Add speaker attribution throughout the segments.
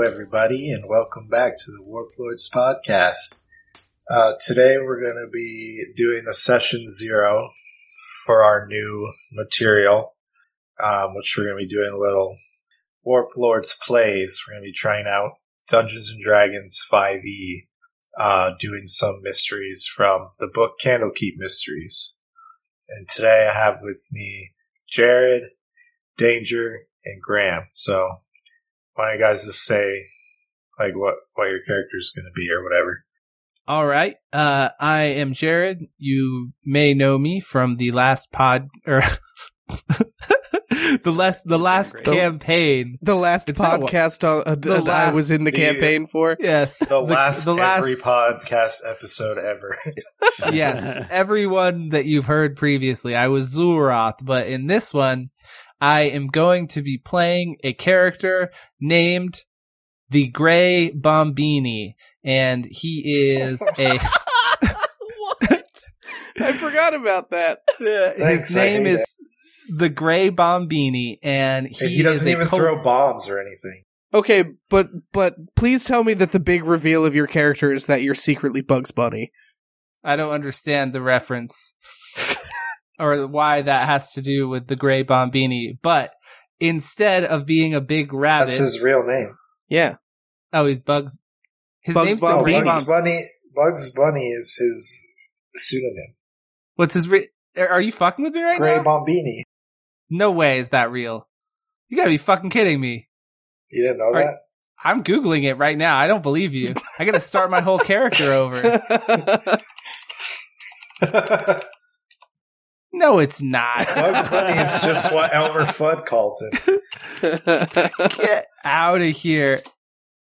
Speaker 1: everybody, and welcome back to the Warlords podcast. Uh, today, we're going to be doing a session zero for our new material, um, which we're going to be doing a little Warlords plays. We're going to be trying out Dungeons and Dragons 5e, uh, doing some mysteries from the book Candlekeep Mysteries. And today, I have with me Jared, Danger, and Graham. So why don't you guys just say like what what your character is going to be or whatever
Speaker 2: All right. Uh, I am Jared. You may know me from the last pod or the last the last
Speaker 3: great.
Speaker 2: campaign.
Speaker 3: The last
Speaker 2: It's been a while.
Speaker 3: podcast on, uh,
Speaker 2: The
Speaker 3: that I
Speaker 2: last-
Speaker 3: was in the
Speaker 1: the-
Speaker 3: campaign for.
Speaker 2: Yes,
Speaker 1: the, last every podcast episode ever
Speaker 2: yes, everyone that you've heard previously. I was Zulroth, but in this one, I am going to be playing a character named the Gray Bombini, and he is a.
Speaker 3: what? I forgot about that.
Speaker 1: Thanks,
Speaker 2: his
Speaker 1: I
Speaker 2: name
Speaker 1: hate
Speaker 2: is the Gray Bombini, and he,
Speaker 1: and he doesn't
Speaker 2: is a
Speaker 1: even
Speaker 2: co-
Speaker 1: throw bombs or anything
Speaker 3: Okay, but but please tell me that the big reveal of your character is that you're secretly Bugs Bunny.
Speaker 2: I don't understand the reference or why that has to do with the Gray Bombini, but instead of being a big rabbit,
Speaker 1: that's his real name
Speaker 3: Yeah,
Speaker 2: oh, he's Bugs. His
Speaker 3: Bugs
Speaker 2: name's
Speaker 3: Bombini.
Speaker 2: the Gray
Speaker 1: bugs
Speaker 2: Bomb.
Speaker 1: bunny bugs bunny is his pseudonym
Speaker 2: What's his? Re- are are you fucking with me right
Speaker 1: gray
Speaker 2: now?
Speaker 1: bombini
Speaker 2: no way is that real. You gotta be fucking kidding me.
Speaker 1: you didn't know
Speaker 2: Right.
Speaker 1: that
Speaker 2: I'm googling it right now. I don't believe you. I gotta start my whole character over.
Speaker 3: I
Speaker 2: No, it's not.
Speaker 1: Bugs Bunny is just what Elmer Fudd calls it.
Speaker 2: Get out of here.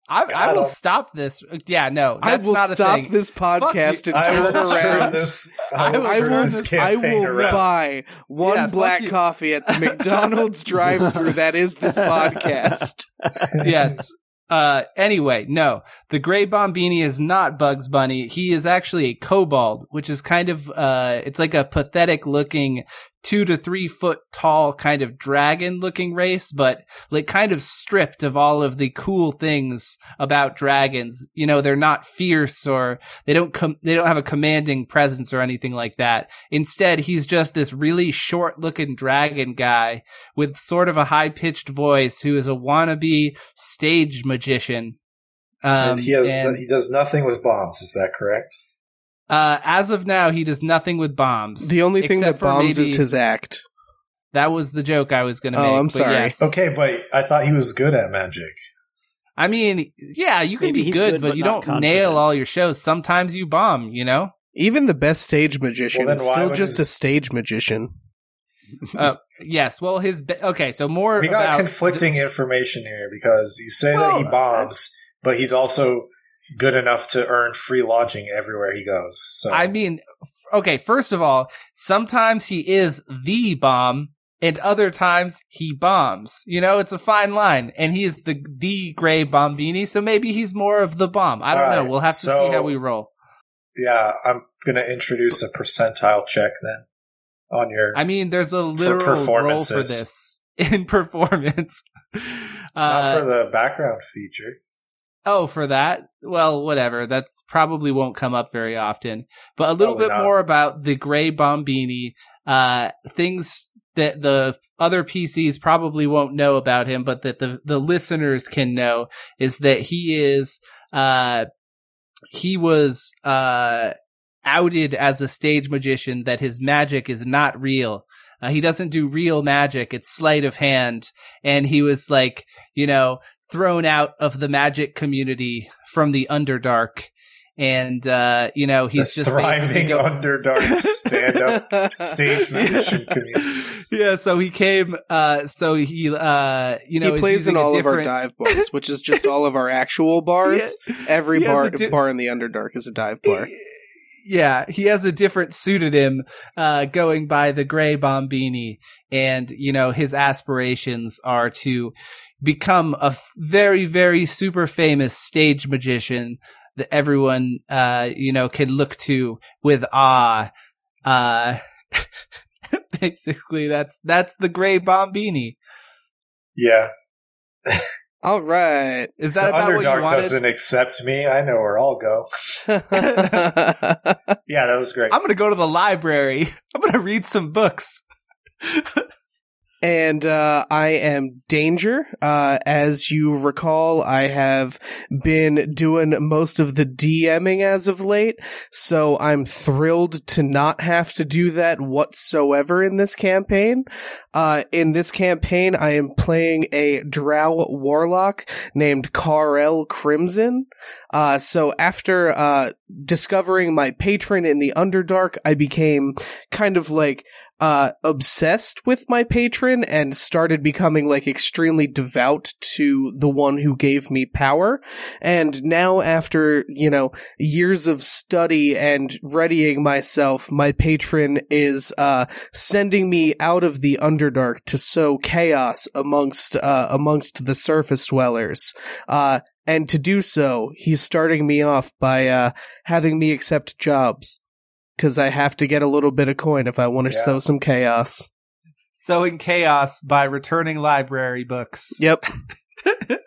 Speaker 2: I, I
Speaker 1: Got
Speaker 2: will
Speaker 1: him.
Speaker 2: stop this. Yeah, no, that's
Speaker 3: will
Speaker 2: not a
Speaker 3: stop
Speaker 2: thing.
Speaker 3: this podcast
Speaker 2: you.
Speaker 3: and
Speaker 1: I will
Speaker 3: turn
Speaker 1: turn
Speaker 3: around.
Speaker 1: this.
Speaker 2: I
Speaker 1: I will,
Speaker 2: will
Speaker 3: I
Speaker 1: turn
Speaker 3: will,
Speaker 1: this
Speaker 3: I
Speaker 1: campaign
Speaker 3: will
Speaker 1: around.
Speaker 3: buy one
Speaker 2: Yeah, fuck
Speaker 3: black
Speaker 2: you.
Speaker 3: coffee at the McDonald's drive-through. That is this podcast.
Speaker 2: yes. Uh, anyway, no, the Gray Bombini is not Bugs Bunny. He is actually a kobold, which is kind of, uh, it's like a pathetic looking two to three foot tall kind of dragon looking race, but like kind of stripped of all of the cool things about dragons. You know, they're not fierce or they don't come, they don't have a commanding presence or anything like that. Instead, he's just this really short looking dragon guy with sort of a high pitched voice who is a wannabe stage magician. Um,
Speaker 1: and he has.
Speaker 2: and,
Speaker 1: he does nothing with bombs. Is that correct?
Speaker 2: uh, as of now, he does nothing with bombs.
Speaker 3: The only thing
Speaker 2: Except
Speaker 3: that
Speaker 2: for
Speaker 3: bombs is
Speaker 2: maybe-
Speaker 3: his act.
Speaker 2: That was the joke I was going to
Speaker 3: Oh,
Speaker 2: make.
Speaker 3: I'm
Speaker 2: but
Speaker 3: sorry.
Speaker 2: yes.
Speaker 1: Okay, but I thought he was good at magic.
Speaker 2: I mean, yeah, you can
Speaker 4: Maybe
Speaker 2: be
Speaker 4: he's
Speaker 2: good,
Speaker 4: good,
Speaker 2: but,
Speaker 4: but
Speaker 2: you
Speaker 4: not
Speaker 2: don't
Speaker 4: confident.
Speaker 2: nail all your shows. Sometimes you bomb, you know?
Speaker 3: Even the best stage magician
Speaker 1: Well, then
Speaker 3: is
Speaker 1: why
Speaker 3: still
Speaker 1: would
Speaker 3: just
Speaker 1: his-
Speaker 3: a stage magician.
Speaker 2: Yes. Well, his. Be- okay, so more.
Speaker 1: We got
Speaker 2: about
Speaker 1: conflicting information here because you say that he
Speaker 4: Well,
Speaker 1: bombs, but he's also good enough to earn free lodging everywhere he goes. So
Speaker 2: I mean, f- okay, first of all, sometimes he is the bomb and other times he bombs. You know, it's a fine line and he is the the gray bombini, so maybe he's more of the bomb. I don't
Speaker 1: All
Speaker 2: know.
Speaker 1: right,
Speaker 2: We'll have to
Speaker 1: so-
Speaker 2: see how we roll.
Speaker 1: yeah, I'm gonna introduce a percentile check then on your.
Speaker 2: I mean, there's a literal role for
Speaker 1: performances.
Speaker 2: this in performance. Uh,
Speaker 1: not for the background feature.
Speaker 2: Oh, for that? Well, whatever. That's probably won't come up very often. But a little
Speaker 1: Probably
Speaker 2: bit
Speaker 1: not.
Speaker 2: more about the Gray Bombini. Uh, things that the other PCs probably won't know about him, but that the, the listeners can know is that he is, uh, he was, uh, outed as a stage magician that his magic is not real. Uh, he doesn't do real magic. It's sleight of hand. And he was like, you know, thrown out of the magic community from the underdark and uh you know he's
Speaker 1: the
Speaker 2: just
Speaker 1: thriving
Speaker 2: basically go-
Speaker 1: underdark stand-up stage magician community.
Speaker 2: yeah so he came uh so he uh you know
Speaker 3: he
Speaker 2: is
Speaker 3: plays
Speaker 2: using
Speaker 3: in
Speaker 2: a
Speaker 3: all of our
Speaker 2: different-
Speaker 3: dive bars, which is just all of our actual bars. Every
Speaker 2: He has
Speaker 3: bar
Speaker 2: a di-
Speaker 3: bar in the Underdark is a dive bar.
Speaker 2: Yeah, he has a different pseudonym uh, going by the Gray Bombini, and you know his aspirations are to become a f- very, very super famous stage magician that everyone uh, you know can look to with awe. Uh, basically, that's that's the Gray Bombini.
Speaker 1: Yeah.
Speaker 3: All right.
Speaker 2: Is
Speaker 1: The
Speaker 2: that about what you
Speaker 1: Underdark
Speaker 2: wanted?
Speaker 1: doesn't accept me. I know where I'll go. Yeah, that was great.
Speaker 2: I'm gonna go to the library. I'm gonna read some books.
Speaker 3: and uh, I am Danger. Uh, as you recall, I have been doing most of the DMing as of late, so I'm thrilled to not have to do that whatsoever in this campaign. Uh, in this campaign, I am playing a Drow Warlock named Karel Crimson. Uh, so after uh, discovering my patron in the Underdark, I became kind of like uh, obsessed with my patron and started becoming like extremely devout to the one who gave me power. And now, after, you know, years of study and readying myself, my patron is, uh, sending me out of the Underdark to sow chaos amongst, uh, amongst the surface dwellers. Uh, and to do so, he's starting me off by, uh, having me accept jobs. Cause I have to get a little bit of coin if I want to
Speaker 1: Yeah.
Speaker 3: sow some chaos.
Speaker 2: Sowing chaos by returning library books.
Speaker 3: Yep.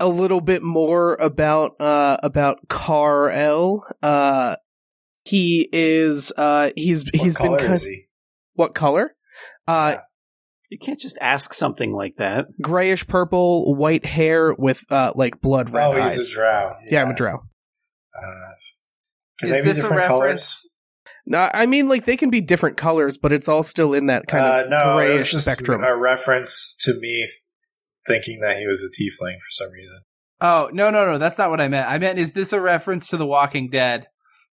Speaker 3: a little bit more about uh about Carl. Uh he is uh he's
Speaker 1: what
Speaker 3: he's
Speaker 1: color
Speaker 3: been kind
Speaker 1: is he?
Speaker 3: what color? Uh
Speaker 4: You can't just ask something like that.
Speaker 3: grayish purple, white hair with uh like blood red
Speaker 1: Oh,
Speaker 3: eyes.
Speaker 1: he's a drow.
Speaker 3: yeah. I'm a drow.
Speaker 1: Uh, can
Speaker 2: Is
Speaker 1: they be
Speaker 2: this a
Speaker 1: different
Speaker 2: reference?
Speaker 1: colors?
Speaker 3: No, I mean like they can be different colors, but it's all still in that kind
Speaker 1: uh,
Speaker 3: of
Speaker 1: no, it was
Speaker 3: grayish
Speaker 1: just
Speaker 3: spectrum.
Speaker 1: A reference to me thinking that he was a tiefling for some reason.
Speaker 2: Oh no no no, that's not what I meant. I meant is this a reference to The Walking Dead?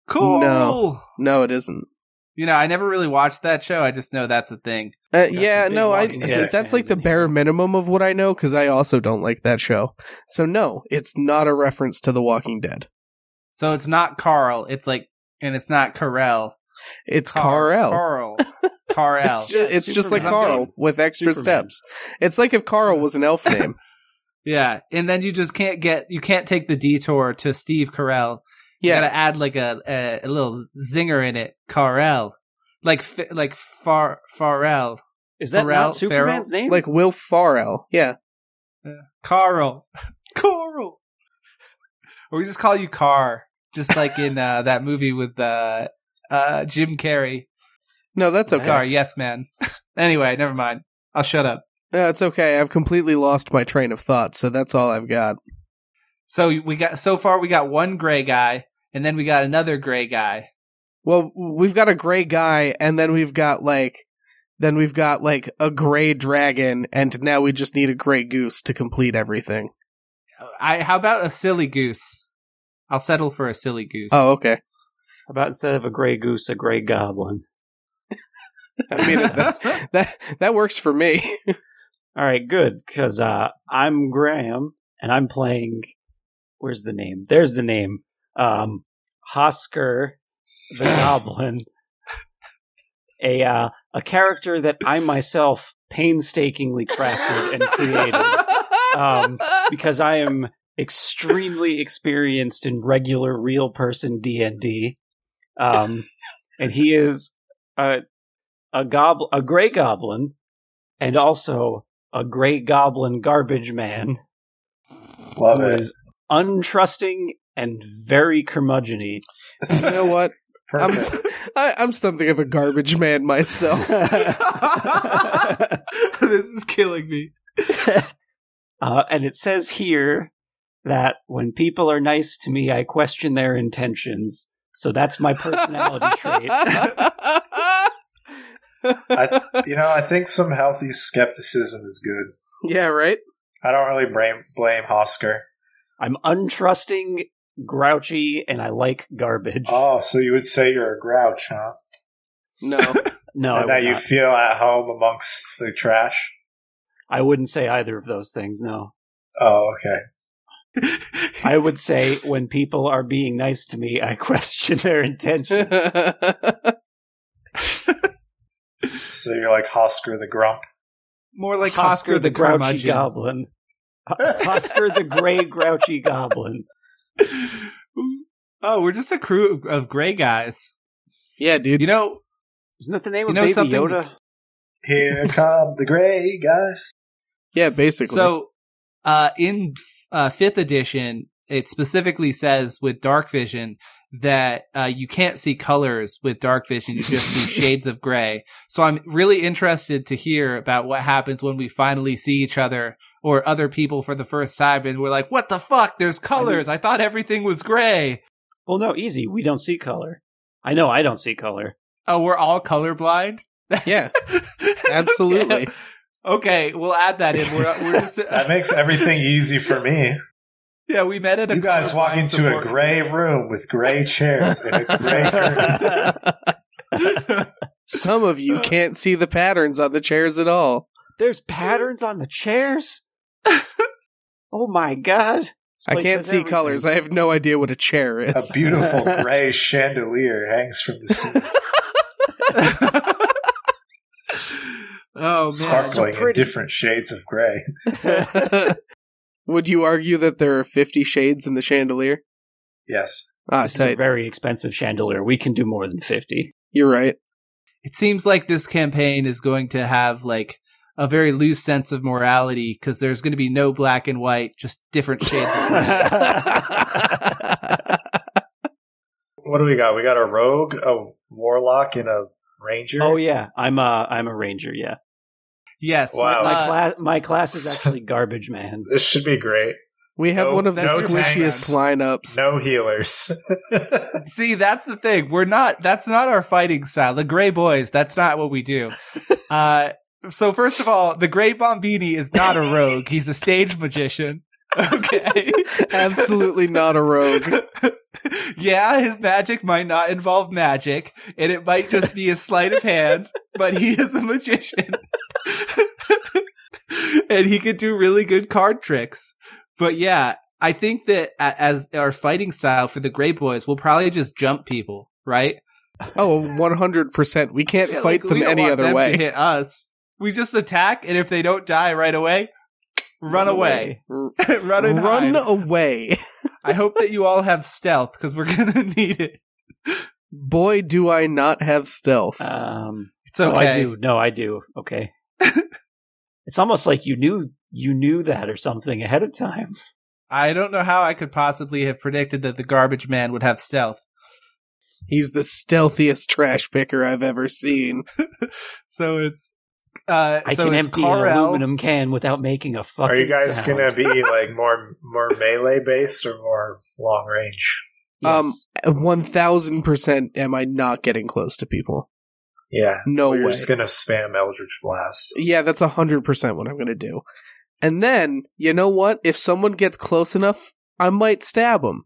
Speaker 2: Cool.
Speaker 3: No. No, it isn't.
Speaker 2: You know, I never really watched that show. I just know that's a thing.
Speaker 3: Uh,
Speaker 4: some
Speaker 3: yeah,
Speaker 4: big
Speaker 3: no, I
Speaker 4: Walking Dead
Speaker 3: that's
Speaker 4: fans
Speaker 3: like the
Speaker 4: in here.
Speaker 3: bare minimum of what I know because I also don't like that show. So no, it's not a reference to The Walking Dead.
Speaker 2: So it's not Carl. It's like, and it's not Carell.
Speaker 3: It's
Speaker 2: Car-
Speaker 3: Carl.
Speaker 2: Carl. Carl.
Speaker 3: It's just, it's just like
Speaker 4: Superman.
Speaker 3: Carl with extra
Speaker 4: Superman.
Speaker 3: steps. It's like if Carl was an elf name.
Speaker 2: yeah, and then you just can't get you can't take the detour to Steve Carell. You
Speaker 3: Yeah.
Speaker 2: gotta add like a a, a little zinger in it. Carell. Like fa- like far Farrell.
Speaker 4: Is that
Speaker 2: Pharrell-
Speaker 4: not Superman's name?
Speaker 3: Like Will Farrell. Yeah.
Speaker 2: Carl. Carl. Or we just call you Car, just like in uh, that movie with uh, uh, Jim Carrey.
Speaker 3: No, that's okay.
Speaker 2: Sorry, yes, man. anyway, never mind. I'll shut up.
Speaker 3: No, it's okay. I've completely lost my train of thought, so that's all I've got.
Speaker 2: So we got so far we got one gray guy, and then we got another gray guy.
Speaker 3: Well, we've got a gray guy, and then we've got like, then we've got like a gray dragon, and now we just need a gray goose to complete everything.
Speaker 2: I how about a silly goose? I'll settle for a silly goose.
Speaker 3: Oh, okay.
Speaker 4: How about instead of a gray goose, a gray goblin?
Speaker 3: I mean, that, that that works for me.
Speaker 4: All right, good, because uh, I'm Graham, and I'm playing. Where's the name? There's the name. Um, Hosker the Goblin, a uh, a character that I myself painstakingly crafted and created. Um, because I am extremely experienced in regular real person D and D, um, and he is a a goblin, a gray goblin, and also a gray goblin garbage man
Speaker 1: Love
Speaker 4: who
Speaker 1: it.
Speaker 4: is untrusting and very curmudgeony.
Speaker 3: you know what? I'm
Speaker 1: Perfect.
Speaker 3: I, I'm something of a garbage man myself.
Speaker 2: this is killing me.
Speaker 4: Uh, and it says here that when people are nice to me, I question their intentions. So that's my personality trait.
Speaker 1: I you know, I think some healthy skepticism is good.
Speaker 3: yeah, right.
Speaker 1: I don't really blame, blame Hosker.
Speaker 4: I'm untrusting, grouchy, and I like garbage.
Speaker 1: Oh, so you would say you're a grouch, huh?
Speaker 3: No,
Speaker 4: no, I,
Speaker 1: and that
Speaker 4: would
Speaker 1: you
Speaker 4: not.
Speaker 1: feel at home amongst the trash?
Speaker 4: I wouldn't say either of those things. No,
Speaker 1: Oh, okay.
Speaker 4: I would say when people are being nice to me, I question their intention.
Speaker 1: So you're like Hosker the Grump.
Speaker 2: More like
Speaker 4: Oscar,
Speaker 2: Oscar
Speaker 4: the, grouchy
Speaker 2: curmudgeon.
Speaker 4: goblin. Oscar the gray grouchy goblin.
Speaker 2: Oh, we're just a crew of gray guys.
Speaker 3: yeah, dude.
Speaker 2: You know,
Speaker 4: Isn't that the name
Speaker 2: You
Speaker 4: of
Speaker 2: know
Speaker 4: Baby
Speaker 2: something
Speaker 4: Yoda?
Speaker 2: that's-
Speaker 1: Here come the gray guys.
Speaker 3: Yeah, basically.
Speaker 2: So, uh, in uh, fifth edition, it specifically says with dark vision that uh, you can't see colors with dark vision; you just see shades of gray. So, I'm really interested to hear about what happens when we finally see each other or other people for the first time, and we're like, "What the fuck? There's colors! I thought everything was gray."
Speaker 4: Well, no, easy. We don't see color. I know I don't see color.
Speaker 2: Oh, we're all colorblind.
Speaker 3: yeah, absolutely.
Speaker 2: Okay, we'll add that in. We're, we're just
Speaker 1: That makes everything easy for me.
Speaker 2: yeah. We met at a
Speaker 1: You guys walk
Speaker 2: colorblind
Speaker 1: into a
Speaker 2: support
Speaker 1: gray room with gray chairs and a gray curtains.
Speaker 3: Some of you can't see the patterns on the chairs at all.
Speaker 4: There's patterns on the chairs. oh my god! This
Speaker 3: I
Speaker 4: place
Speaker 3: can't
Speaker 4: has
Speaker 3: see
Speaker 4: everything.
Speaker 3: colors. I have no idea what a chair
Speaker 1: A
Speaker 3: is.
Speaker 1: beautiful gray chandelier hangs from the ceiling,
Speaker 2: oh man,
Speaker 1: sparkling in
Speaker 4: pretty.
Speaker 1: different shades of gray.
Speaker 3: Would you argue that there are 50 shades in the chandelier?
Speaker 1: Yes.
Speaker 3: Ah,
Speaker 4: This is a
Speaker 3: tight.
Speaker 4: very expensive chandelier. We can do more than fifty.
Speaker 3: You're right.
Speaker 2: it seems like this campaign is going to have like a very loose sense of morality because there's going to be no black and white, just different shades. of gray.
Speaker 1: What do we got? We got a rogue, a warlock, and a ranger.
Speaker 4: oh yeah, I'm a I'm a ranger. Yeah,
Speaker 2: yes.
Speaker 1: Wow.
Speaker 4: my
Speaker 2: uh,
Speaker 4: class my class is actually garbage man.
Speaker 1: This should be great.
Speaker 3: We have
Speaker 1: No-
Speaker 3: one of the
Speaker 2: no
Speaker 3: squishiest lineups.
Speaker 1: No healers.
Speaker 2: see, that's the thing. We're not. That's not our fighting style. The Gray Boys. That's not what we do. Uh, so first of all, the Gray Bombini is not a rogue. He's a stage magician. Okay.
Speaker 3: Absolutely not a rogue.
Speaker 2: yeah, his magic might not involve magic, and it might just be a sleight of hand, but he is a magician. and he could do really good card tricks. But yeah, I think that a- as our fighting style for the Grey Boys, we'll probably just jump people, right?
Speaker 3: Oh, 100%. We can't
Speaker 2: Yeah, like,
Speaker 3: fight
Speaker 2: we
Speaker 3: them
Speaker 2: don't
Speaker 3: any
Speaker 2: want
Speaker 3: other
Speaker 2: them
Speaker 3: way.
Speaker 2: To hit us. We just attack, and if they don't die right away, run away.
Speaker 3: R-
Speaker 2: run and
Speaker 3: Run
Speaker 2: hide.
Speaker 3: away.
Speaker 2: I hope that you all have stealth because we're gonna need it.
Speaker 3: Boy, do I not have stealth.
Speaker 2: Uh.
Speaker 4: Um,
Speaker 2: It's okay.
Speaker 4: Oh, I do. No, I do. Okay. it's almost like you knew you knew that or something ahead of time.
Speaker 2: I don't know how I could possibly have predicted that the garbage man would have stealth.
Speaker 3: He's the stealthiest trash picker I've ever seen.
Speaker 2: So it's uh
Speaker 4: I
Speaker 2: so
Speaker 4: can
Speaker 2: it's
Speaker 4: empty an
Speaker 2: Carl.
Speaker 4: aluminum can without making a fucking.
Speaker 1: Are you guys
Speaker 4: sound.
Speaker 1: gonna be like more more melee based or more long range?
Speaker 4: Yes.
Speaker 3: Um, 1000% am I not getting close to people.
Speaker 1: Yeah.
Speaker 3: No
Speaker 1: We're
Speaker 3: way.
Speaker 1: just gonna spam Eldritch Blast.
Speaker 3: Yeah, that's 100% what I'm going to do. And then, you know what? If someone gets close enough, I might stab them.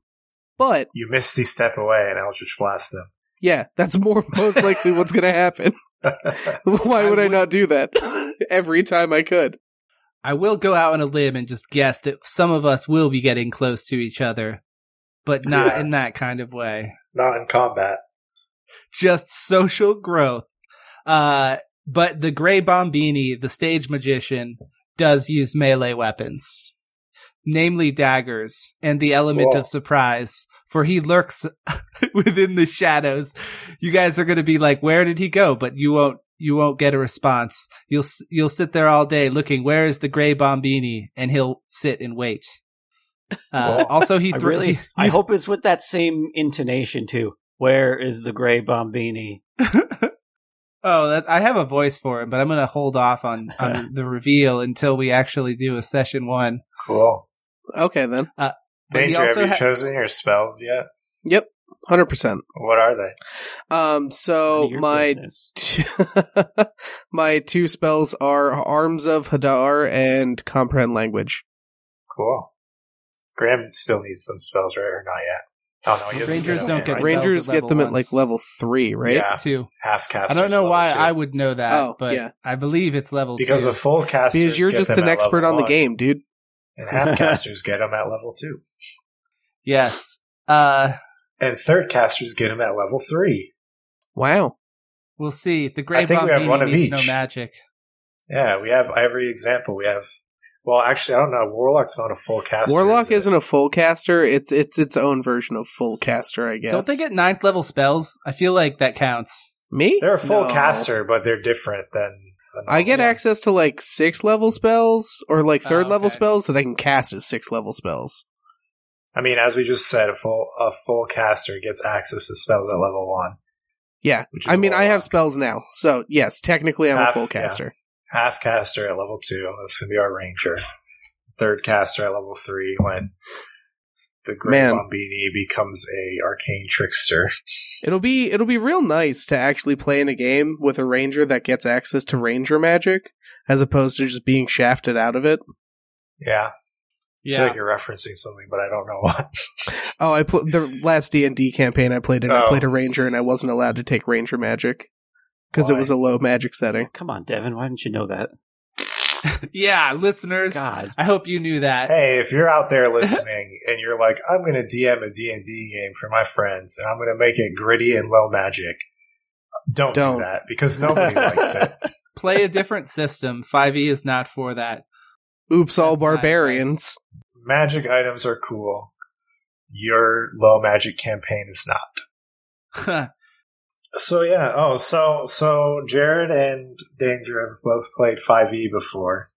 Speaker 3: But,
Speaker 1: You misty step away and Eldritch Blast them.
Speaker 3: yeah, that's more most likely what's going to happen. Why
Speaker 2: I
Speaker 3: would I
Speaker 2: would-
Speaker 3: not do that every time I could?
Speaker 2: I will go out on a limb and just guess that some of us will be getting close to each other, but not
Speaker 1: Yeah.
Speaker 2: in that kind of way.
Speaker 1: Not in combat.
Speaker 2: Just social growth. Uh but the gray bombini, the stage magician, does use melee weapons. Namely daggers and the element
Speaker 1: Cool.
Speaker 2: of surprise, for he lurks within the shadows. You guys are going to be like, where did he go? But you won't, you won't get a response. You'll, s- you'll sit there all day looking, where is the gray bombini? And he'll sit and wait. Uh,
Speaker 4: Well,
Speaker 2: also he
Speaker 4: I
Speaker 2: thro-
Speaker 4: really,
Speaker 2: he-
Speaker 4: I hope it's with that same intonation too. Where is the gray bombini?
Speaker 2: oh, that, I have a voice for him, but I'm going to hold off on, on the reveal until we actually do a session one.
Speaker 1: Cool.
Speaker 3: Okay, then.
Speaker 2: But he
Speaker 1: Danger, have
Speaker 2: also
Speaker 1: you
Speaker 2: ha-
Speaker 1: chosen your spells yet?
Speaker 3: Yep, 100%.
Speaker 1: What are they?
Speaker 3: Um,
Speaker 4: None
Speaker 3: so
Speaker 2: Oh,
Speaker 4: of your
Speaker 3: my
Speaker 4: business.
Speaker 3: two- my two spells are Arms of Hadar and Comprehend Language.
Speaker 1: Cool. Graham still needs some spells, right? Or not yet? Oh no, he doesn't
Speaker 2: Rangers
Speaker 1: them
Speaker 2: don't
Speaker 1: yet,
Speaker 2: get
Speaker 1: right?
Speaker 2: spells
Speaker 3: Rangers
Speaker 2: at
Speaker 3: get
Speaker 2: level
Speaker 3: them at
Speaker 2: one.
Speaker 3: like level three, right?
Speaker 1: Yeah,
Speaker 2: Two.
Speaker 1: half
Speaker 2: I
Speaker 1: casters.
Speaker 2: don't know
Speaker 1: level
Speaker 2: why
Speaker 1: two.
Speaker 2: I would know that,
Speaker 3: Oh,
Speaker 2: but
Speaker 3: yeah.
Speaker 2: I believe it's level
Speaker 1: because
Speaker 2: two.
Speaker 1: a full caster
Speaker 3: Because you're just an expert on the game, dude.
Speaker 1: and half casters get them at level two,
Speaker 2: yes. Uh,
Speaker 1: and third casters get them at level three.
Speaker 3: Wow.
Speaker 2: we'll see. The Grey
Speaker 1: I think we have
Speaker 2: Bombini
Speaker 1: one of
Speaker 2: needs
Speaker 1: each.
Speaker 2: no magic.
Speaker 1: Yeah, we have every example. We have. Well, actually, I don't know. Warlock's not a full caster.
Speaker 3: Warlock
Speaker 1: is it?
Speaker 3: isn't a full caster. It's it's its own version of full caster, I guess.
Speaker 2: Don't they get ninth level spells? I feel like that counts.
Speaker 3: me?
Speaker 1: They're a full
Speaker 3: No.
Speaker 1: caster, but they're different than
Speaker 3: I get
Speaker 1: Yeah.
Speaker 3: access to like six level spells or like
Speaker 2: Oh,
Speaker 3: third level
Speaker 2: okay.
Speaker 3: spells that I can cast as six level spells.
Speaker 1: I mean, as we just said, a full a full caster gets access to spells at level one.
Speaker 3: Yeah.
Speaker 1: Which is
Speaker 3: I mean,
Speaker 1: a
Speaker 3: I have
Speaker 1: lot.
Speaker 3: spells now. So, yes, technically I'm
Speaker 1: Half,
Speaker 3: a full
Speaker 1: yeah.
Speaker 3: caster.
Speaker 1: half caster at level two. That's gonna be our ranger. Third caster at level three when the Great
Speaker 3: Man.
Speaker 1: Bombini becomes a arcane trickster.
Speaker 3: It'll be it'll be real nice to actually play in a game with a ranger that gets access to ranger magic as opposed to just being shafted out of it.
Speaker 1: Yeah, I feel
Speaker 2: Yeah.
Speaker 1: like you're referencing something, but I don't know what.
Speaker 3: Oh, I pl- the last D and D campaign I played in, I
Speaker 1: Oh.
Speaker 3: played a ranger and I wasn't allowed to take ranger magic because it
Speaker 1: Why?
Speaker 3: was a low magic setting.
Speaker 4: Come on, Devin. Why didn't you know that?
Speaker 2: yeah, listeners.
Speaker 4: God.
Speaker 2: I hope you knew that.
Speaker 1: Hey, if you're out there listening and you're like, I'm going to DM a D&D game for my friends and I'm going to make it gritty and low magic, don't,
Speaker 3: Don't.
Speaker 1: do that because nobody likes it.
Speaker 2: Play a different system. 5e is not for that.
Speaker 3: Oops, all
Speaker 2: That's my advice.
Speaker 3: barbarians.
Speaker 1: Magic items are cool. Your low magic campaign is not. So yeah, oh, so so Jared and Danger have both played 5e before.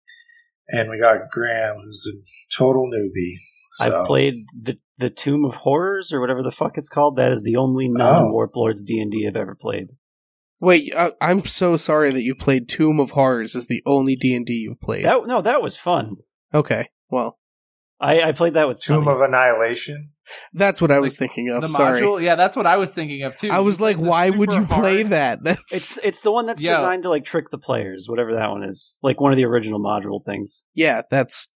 Speaker 1: And we got Graham, who's a total newbie. So.
Speaker 4: I've played the the Tomb of Horrors or whatever the fuck it's called. That is the only non Warlords D and D I've ever played.
Speaker 3: Wait, I- I'm so sorry that you played Tomb of Horrors as the only D and D you've played.
Speaker 4: That no, that was fun.
Speaker 3: okay, well,
Speaker 4: I, I played that with
Speaker 1: Tomb
Speaker 4: Sonny.
Speaker 1: of Annihilation.
Speaker 3: that's what I was
Speaker 2: Like,
Speaker 3: thinking
Speaker 2: the
Speaker 3: of. Oh, Sorry,
Speaker 2: module? Yeah, that's what I was thinking of too.
Speaker 3: I was
Speaker 2: You
Speaker 3: like,
Speaker 2: played the
Speaker 3: why would
Speaker 2: super
Speaker 3: you play
Speaker 2: hard-
Speaker 3: that? That's
Speaker 4: It's it's the one that's
Speaker 2: Yeah.
Speaker 4: designed to like trick the players, whatever that one is. Like one of the original module things.
Speaker 3: yeah, that's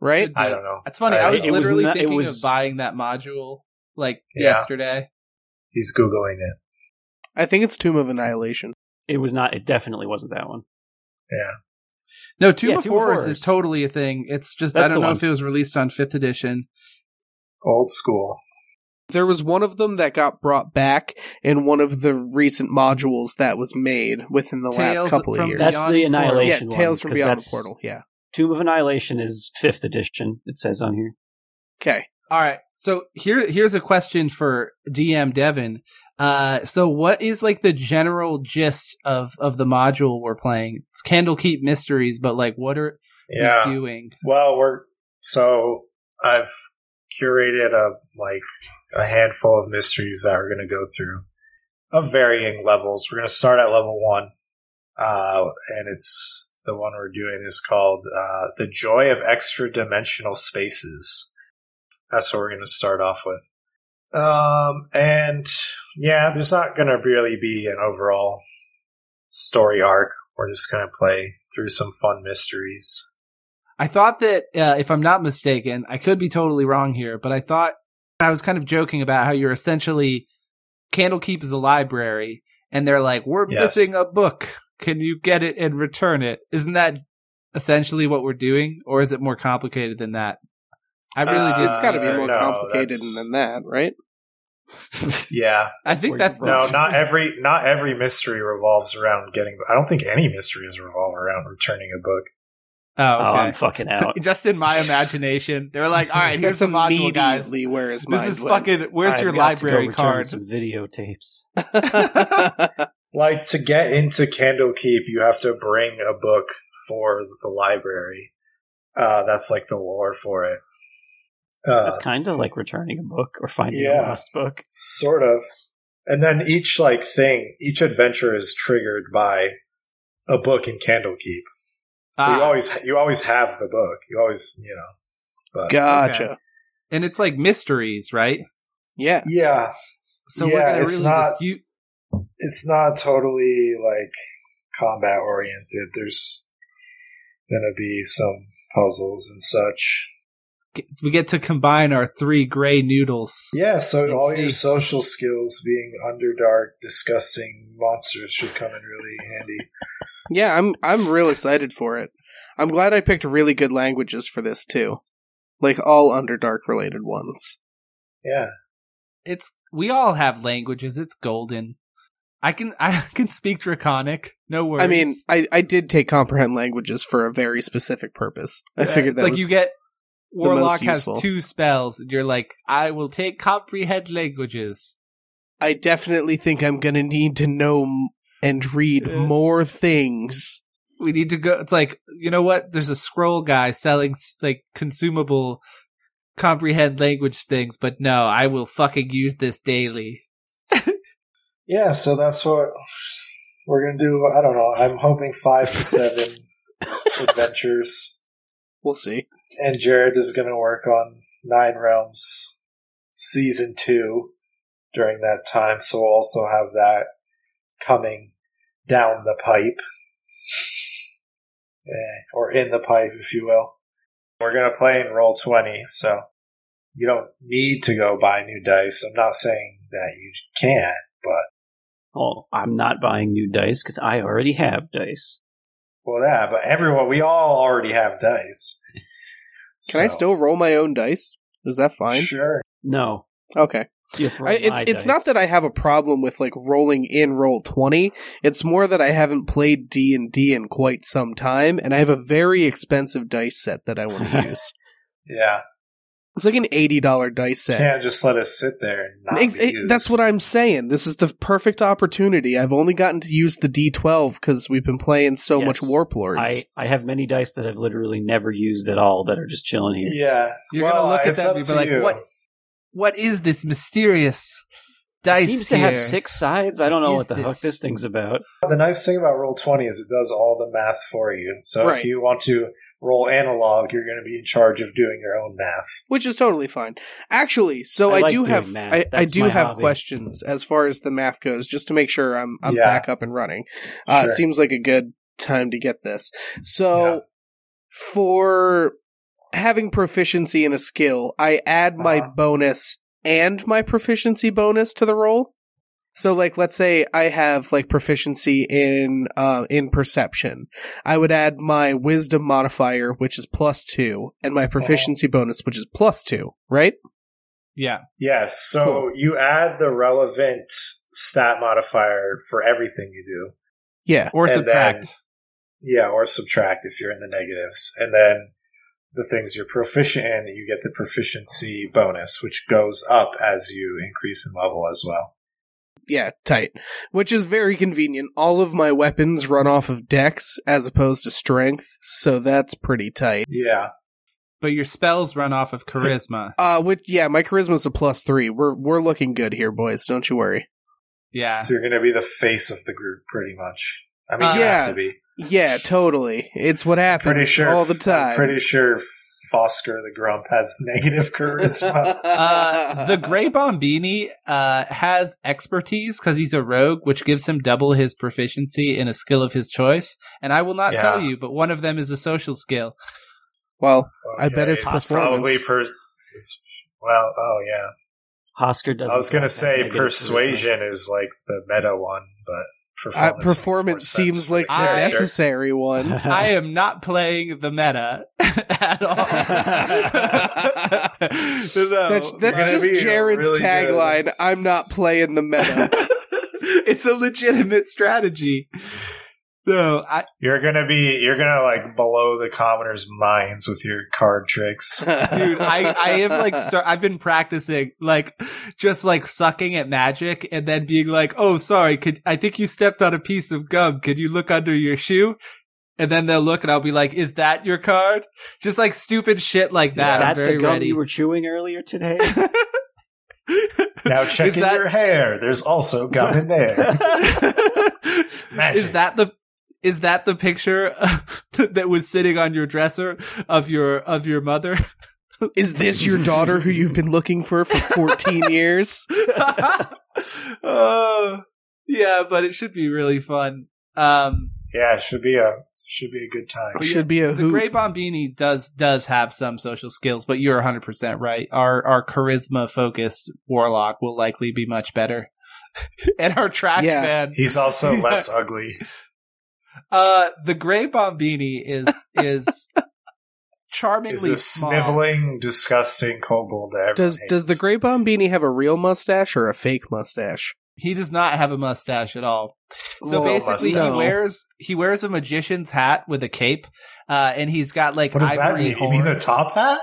Speaker 3: right.
Speaker 1: I don't know.
Speaker 2: That's funny.
Speaker 1: Uh,
Speaker 2: I was
Speaker 4: it was
Speaker 2: literally
Speaker 4: not- it
Speaker 2: thinking
Speaker 4: was-
Speaker 2: of buying that module like
Speaker 1: Yeah.
Speaker 2: yesterday.
Speaker 1: He's googling it.
Speaker 3: I think it's Tomb of Annihilation.
Speaker 4: It was not. It definitely wasn't that one.
Speaker 1: Yeah.
Speaker 2: No, Tomb
Speaker 4: Yeah,
Speaker 2: of
Speaker 4: Tomb of
Speaker 2: Horrors
Speaker 4: Horrors.
Speaker 2: is totally a thing. It's just
Speaker 4: That's
Speaker 2: I
Speaker 4: the
Speaker 2: don't know
Speaker 4: one.
Speaker 2: if it was released on fifth edition.
Speaker 1: Old school.
Speaker 3: There was one of them that got brought back in one of the recent modules that was made within the last
Speaker 2: Tales
Speaker 3: couple of
Speaker 2: from
Speaker 3: years.
Speaker 4: That's
Speaker 2: Beyond Portal.
Speaker 4: the
Speaker 3: yeah,
Speaker 4: Annihilation.
Speaker 3: Tales
Speaker 4: one,
Speaker 3: from
Speaker 4: 'cause
Speaker 3: Beyond the
Speaker 4: that's-
Speaker 3: Portal. Yeah.
Speaker 4: Tomb of Annihilation is fifth edition. It says on here.
Speaker 3: Okay.
Speaker 2: All right. So here here's a question for DM Devin. Uh, so what is like the general gist of of the module we're playing? It's Candlekeep Mysteries, but like what are
Speaker 1: Yeah.
Speaker 2: we doing?
Speaker 1: Well, we're so I've curated a like a handful of mysteries that we're going to go through of varying levels. We're going to start at level one, uh, and it's the one we're doing is called uh, "The Joy of Extra Dimensional Spaces." That's what we're going to start off with. Um, and yeah, there's not going to really be an overall story arc. We're just going to play through some fun mysteries.
Speaker 2: I thought that uh, if I'm not mistaken, I could be totally wrong here, but I thought I was kind of joking about how you're essentially Candlekeep is a library, and they're like, we're
Speaker 1: Yes.
Speaker 2: missing a book. Can you get it and return it? Isn't that essentially what we're doing, or is it more complicated than that? I really
Speaker 1: Uh,
Speaker 2: do.
Speaker 3: it's got to be
Speaker 1: no,
Speaker 3: more complicated
Speaker 1: that's-
Speaker 3: than that, right?
Speaker 1: Yeah,
Speaker 2: I think
Speaker 4: where
Speaker 2: that's
Speaker 4: you're
Speaker 1: No,
Speaker 4: Right.
Speaker 1: not every not every mystery revolves around getting. I don't think any mysteries revolve around returning a book.
Speaker 4: Oh,
Speaker 2: Oh,
Speaker 4: I'm
Speaker 2: okay.
Speaker 4: fucking out.
Speaker 2: Just in my imagination, they're like, all right, here's
Speaker 3: That's
Speaker 2: the module, guys.
Speaker 3: immediately where his
Speaker 2: This
Speaker 3: mind
Speaker 2: is
Speaker 3: went.
Speaker 2: fucking. Where's
Speaker 4: I've
Speaker 2: your
Speaker 4: got to go
Speaker 2: library
Speaker 4: return
Speaker 2: card?
Speaker 4: Some videotapes.
Speaker 1: Like to get into Candlekeep, you have to bring a book for the library. Uh, that's like the lore for it. Uh,
Speaker 4: That's kind of like returning a book or finding a
Speaker 1: Yeah.
Speaker 4: lost book.
Speaker 1: sort of. And then each like thing, each adventure is triggered by a book in Candlekeep. So you
Speaker 2: Ah.
Speaker 1: always you always have the book. You always you know. But
Speaker 3: gotcha.
Speaker 2: and it's like mysteries, right?
Speaker 3: Yeah.
Speaker 1: yeah,
Speaker 2: So
Speaker 1: Yeah,
Speaker 2: we're gonna
Speaker 1: it's
Speaker 2: really
Speaker 1: not-
Speaker 2: just you.
Speaker 1: it's not totally like combat oriented. There's gonna be some puzzles and such.
Speaker 2: We get to combine our three gray noodles.
Speaker 1: Yeah, so
Speaker 2: I
Speaker 1: all your
Speaker 2: see.
Speaker 1: social skills being underdark, disgusting monsters should come in really handy.
Speaker 3: Yeah, I'm I'm real excited for it. I'm glad I picked really good languages for this too. Like all Underdark related ones.
Speaker 1: Yeah.
Speaker 2: It's we all have languages. It's golden. I can I can speak Draconic. No worries.
Speaker 3: I mean, I, I did take comprehend languages for a very specific purpose. I figured
Speaker 2: Uh, it's
Speaker 3: that
Speaker 2: like
Speaker 3: was
Speaker 2: you get Warlock has
Speaker 3: useful.
Speaker 2: two spells, and you're like, I will take comprehend languages.
Speaker 3: I definitely think I'm going to need to know m- and read
Speaker 2: Yeah.
Speaker 3: more things.
Speaker 2: We need to go. It's like you know what? There's a scroll guy selling s- like consumable, comprehend language things. But no, I will fucking use this daily.
Speaker 1: Yeah, so that's what we're gonna do. I don't know. I'm hoping five to seven adventures,
Speaker 3: We'll see.
Speaker 1: and Jared is gonna work on Nine Realms season two during that time. So we'll also have that coming down the pipe, Eh, or in the pipe, if you will. We're gonna play in roll twenty, so you don't need to go buy new dice. I'm not saying that you can't, but
Speaker 4: Oh, I'm not buying new dice because I already have dice.
Speaker 1: Well, yeah, but everyone, we all already have dice.
Speaker 3: Can I
Speaker 1: So-
Speaker 3: still roll my own dice? Is that fine?
Speaker 1: Sure.
Speaker 4: No,
Speaker 3: Okay.
Speaker 4: you throw
Speaker 3: I,
Speaker 4: my
Speaker 3: it's it's
Speaker 4: dice.
Speaker 3: not that I have a problem with like rolling in roll twenty. It's more that I haven't played D and D in quite some time, and I have a very expensive dice set that I want to use.
Speaker 1: Yeah.
Speaker 3: It's like an eighty dollar dice set.
Speaker 1: Can't just let us sit there and not
Speaker 3: Ex-
Speaker 1: be
Speaker 3: it-
Speaker 1: used.
Speaker 3: that's what I'm saying. This is the perfect opportunity. I've only gotten to use the D12 because we've been playing so
Speaker 4: Yes.
Speaker 3: much Warplords.
Speaker 4: I, I have many dice that I've literally never used at all that are just chilling here.
Speaker 1: Yeah.
Speaker 2: You're
Speaker 1: Well,
Speaker 2: gonna look at
Speaker 1: it's
Speaker 2: that
Speaker 1: up
Speaker 2: and be
Speaker 1: to
Speaker 2: like,
Speaker 1: you.
Speaker 2: "What? What is this mysterious dice
Speaker 4: It seems to
Speaker 2: here?"
Speaker 4: have six sides. I don't know
Speaker 2: Is
Speaker 4: what the
Speaker 2: this-
Speaker 4: fuck this thing's about.
Speaker 1: The nice thing about roll twenty is it does all the math for you. So if
Speaker 3: Right.
Speaker 1: you want to roll analog, you're going to be in charge of doing your own math.
Speaker 3: which is totally fine. Actually, so
Speaker 4: I
Speaker 3: I,
Speaker 4: like
Speaker 3: do
Speaker 4: doing
Speaker 3: have
Speaker 4: math.
Speaker 3: I, I
Speaker 4: That's
Speaker 3: do
Speaker 4: my
Speaker 3: have
Speaker 4: hobby.
Speaker 3: questions as far as the math goes, just to make sure I'm I'm
Speaker 1: Yeah.
Speaker 3: back up and running. Uh,
Speaker 1: Sure.
Speaker 3: It seems like a good time to get this. So
Speaker 1: Yeah.
Speaker 3: for having proficiency in a skill, I add my
Speaker 1: Uh-huh.
Speaker 3: bonus and my proficiency bonus to the roll. So like let's say I have like proficiency in uh, in perception. I would add my wisdom modifier which is plus 2 and my proficiency bonus which is plus 2, right?
Speaker 2: Yeah,
Speaker 1: Yes. So
Speaker 3: Cool.
Speaker 1: you add the relevant stat modifier for everything you do.
Speaker 3: Yeah.
Speaker 2: or
Speaker 1: And
Speaker 2: subtract.
Speaker 1: then- Yeah, or subtract if you're in the negatives. And then the things you're proficient in, you get the proficiency bonus, which goes up as you increase in level as well.
Speaker 3: Yeah, tight. Which is very convenient. All of my weapons run off of dex as opposed to strength, so that's pretty tight.
Speaker 1: Yeah.
Speaker 2: but your spells run off of charisma.
Speaker 3: Uh which yeah, my charisma's a plus 3. We're we're looking good here, boys. Don't you worry.
Speaker 2: Yeah,
Speaker 1: So you're going to be the face of the group pretty much. I mean,
Speaker 2: Uh,
Speaker 1: you have
Speaker 3: yeah.
Speaker 1: to be.
Speaker 3: Yeah, totally. It's what happens
Speaker 1: Pretty sure.
Speaker 3: all the time.
Speaker 1: I'm pretty sure Fosker the Grump has negative charisma.
Speaker 2: uh, the Grey Bombini uh, has expertise because he's a rogue, which gives him double his proficiency in a skill of his choice. And I will not
Speaker 1: Yeah.
Speaker 2: tell you, but one of them is a social skill.
Speaker 3: Well, I bet it's
Speaker 1: probably
Speaker 3: performance.
Speaker 1: per. it's- Well, oh yeah.
Speaker 4: Hosker doesn't.
Speaker 1: I was gonna
Speaker 4: have
Speaker 1: say
Speaker 4: negative charisma.
Speaker 1: persuasion is like the meta one, but
Speaker 3: uh,
Speaker 1: performance, makes more
Speaker 3: performance
Speaker 1: sense
Speaker 3: seems
Speaker 1: for
Speaker 3: like the
Speaker 1: the
Speaker 4: Ah,
Speaker 1: character.
Speaker 3: necessary one.
Speaker 2: I am not playing the meta at all. No.
Speaker 3: that's that's
Speaker 1: Might be
Speaker 3: just Jared's
Speaker 1: really good.
Speaker 3: tagline. I'm not playing the meta.
Speaker 2: it's a legitimate strategy. No, I,
Speaker 1: You're gonna be you're gonna like blow the commoners' minds with your card tricks.
Speaker 2: dude i i am like start i've been practicing like just like sucking at magic and then being like oh sorry could i think you stepped on a piece of gum could you look under your shoe and then they'll look and i'll be like is that your card just like stupid shit like
Speaker 4: Is
Speaker 2: that i'm
Speaker 4: that
Speaker 2: very
Speaker 4: the gum
Speaker 2: ready
Speaker 4: you were chewing earlier today?
Speaker 1: Now check
Speaker 2: Is
Speaker 1: in
Speaker 2: that-
Speaker 1: your hair. There's also gum in there. Magic.
Speaker 2: is that the is that the picture that was sitting on your dresser of your of your mother
Speaker 3: Is this your daughter who you've been looking for for 14 years?
Speaker 2: oh, yeah, but it should be really fun. Um,
Speaker 1: Yeah, it should be a should be a good time.
Speaker 2: But yeah,
Speaker 3: Should be a
Speaker 2: the
Speaker 3: who.
Speaker 2: Grey Bombini does does have some social skills, but you're 100 percent right. Our our charisma focused warlock will likely be much better, and our trash
Speaker 3: Yeah.
Speaker 2: man.
Speaker 1: He's also less ugly.
Speaker 2: Uh, the Grey Bombini is is
Speaker 1: He's
Speaker 2: charmingly
Speaker 1: a
Speaker 2: small.
Speaker 1: sniveling, disgusting kobold. that everyone
Speaker 3: Does does the
Speaker 1: hates.
Speaker 3: Grey Bombini have a real mustache or a fake mustache?
Speaker 2: He does not have a mustache at all. So
Speaker 1: Well,
Speaker 2: basically,
Speaker 1: mustache.
Speaker 2: he wears he wears a magician's hat with a cape, uh, and he's got like
Speaker 1: What does that
Speaker 2: ivory
Speaker 1: mean? You mean the
Speaker 2: horns.
Speaker 1: top hat?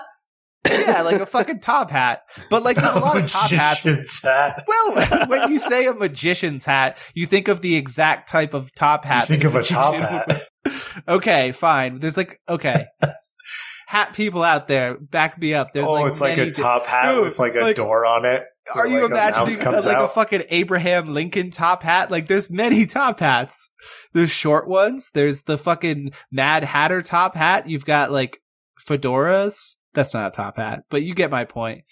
Speaker 2: yeah, like a fucking top hat. But like there's a lot of top hats.
Speaker 1: Magician's hat.
Speaker 2: Well, when you say a magician's hat, you think of the exact type of top
Speaker 1: You
Speaker 2: hat.
Speaker 1: think
Speaker 2: that
Speaker 1: of a top
Speaker 2: magician would
Speaker 1: hat.
Speaker 2: okay, fine. There's like okay. Hat people out there, back me up. There's
Speaker 1: oh,
Speaker 2: like
Speaker 1: it's like
Speaker 2: many
Speaker 1: a top hat
Speaker 2: Dude,
Speaker 1: with like a
Speaker 2: like-
Speaker 1: door on it.
Speaker 2: Are you
Speaker 1: like a mouse
Speaker 2: imagining
Speaker 1: comes
Speaker 2: like a
Speaker 1: out?
Speaker 2: fucking Abraham Lincoln top hat? Like there's many top hats. There's short ones. There's the fucking Mad Hatter top hat. You've got like fedoras. That's not a top hat, but you get my point.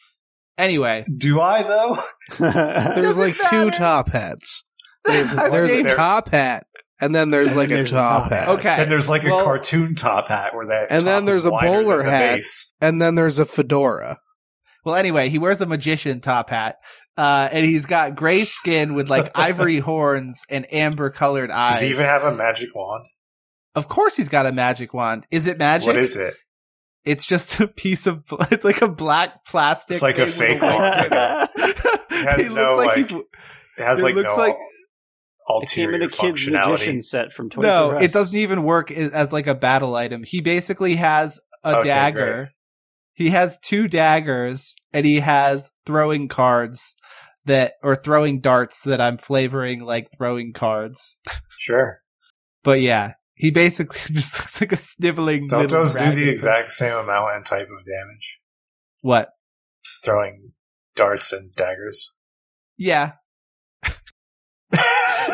Speaker 2: Anyway,
Speaker 1: Do I though?
Speaker 3: There's
Speaker 2: Doesn't
Speaker 3: like
Speaker 2: matter.
Speaker 3: two top hats. There's,
Speaker 2: I
Speaker 3: there's a
Speaker 2: mean-
Speaker 3: top hat, and then there's like a
Speaker 4: There's a
Speaker 3: top
Speaker 4: top
Speaker 3: hat,
Speaker 2: okay.
Speaker 1: And there's like
Speaker 2: well-
Speaker 1: a cartoon top hat where that.
Speaker 3: And
Speaker 1: top
Speaker 3: then
Speaker 1: is
Speaker 3: there's a
Speaker 1: wider
Speaker 3: bowler
Speaker 1: than the
Speaker 3: hat.
Speaker 1: base.
Speaker 3: and then there's a fedora.
Speaker 2: Well, anyway, he wears a magician top hat, uh, and he's got gray skin with like ivory horns and amber colored eyes.
Speaker 1: Does he even have a magic wand?
Speaker 2: of course, he's got a magic wand. Is it magic?
Speaker 1: What is it?
Speaker 2: It's just a piece of. It's like a black plastic.
Speaker 1: It's like a
Speaker 2: thing
Speaker 1: fake
Speaker 2: with
Speaker 1: wand. has
Speaker 2: he looks
Speaker 1: no,
Speaker 2: like
Speaker 1: like-
Speaker 2: he's.
Speaker 1: It has
Speaker 2: It
Speaker 1: like
Speaker 2: looks
Speaker 1: no
Speaker 2: like-
Speaker 4: it came
Speaker 1: ulterior
Speaker 4: in a kid's magician
Speaker 1: functionality.
Speaker 4: set from Toys
Speaker 2: No,
Speaker 4: R Us.
Speaker 2: it doesn't e- even work i- as like a battle item. He basically has a
Speaker 1: Okay,
Speaker 2: dagger.
Speaker 1: great.
Speaker 2: He has two daggers and he has throwing cards that or throwing darts that I'm flavoring like throwing cards.
Speaker 1: Sure.
Speaker 2: But yeah, he basically just looks like a sniveling.
Speaker 1: Don't
Speaker 2: little
Speaker 1: those do
Speaker 2: dragon.
Speaker 1: the exact same amount and type of damage?
Speaker 2: what?
Speaker 1: Throwing darts and daggers.
Speaker 2: Yeah,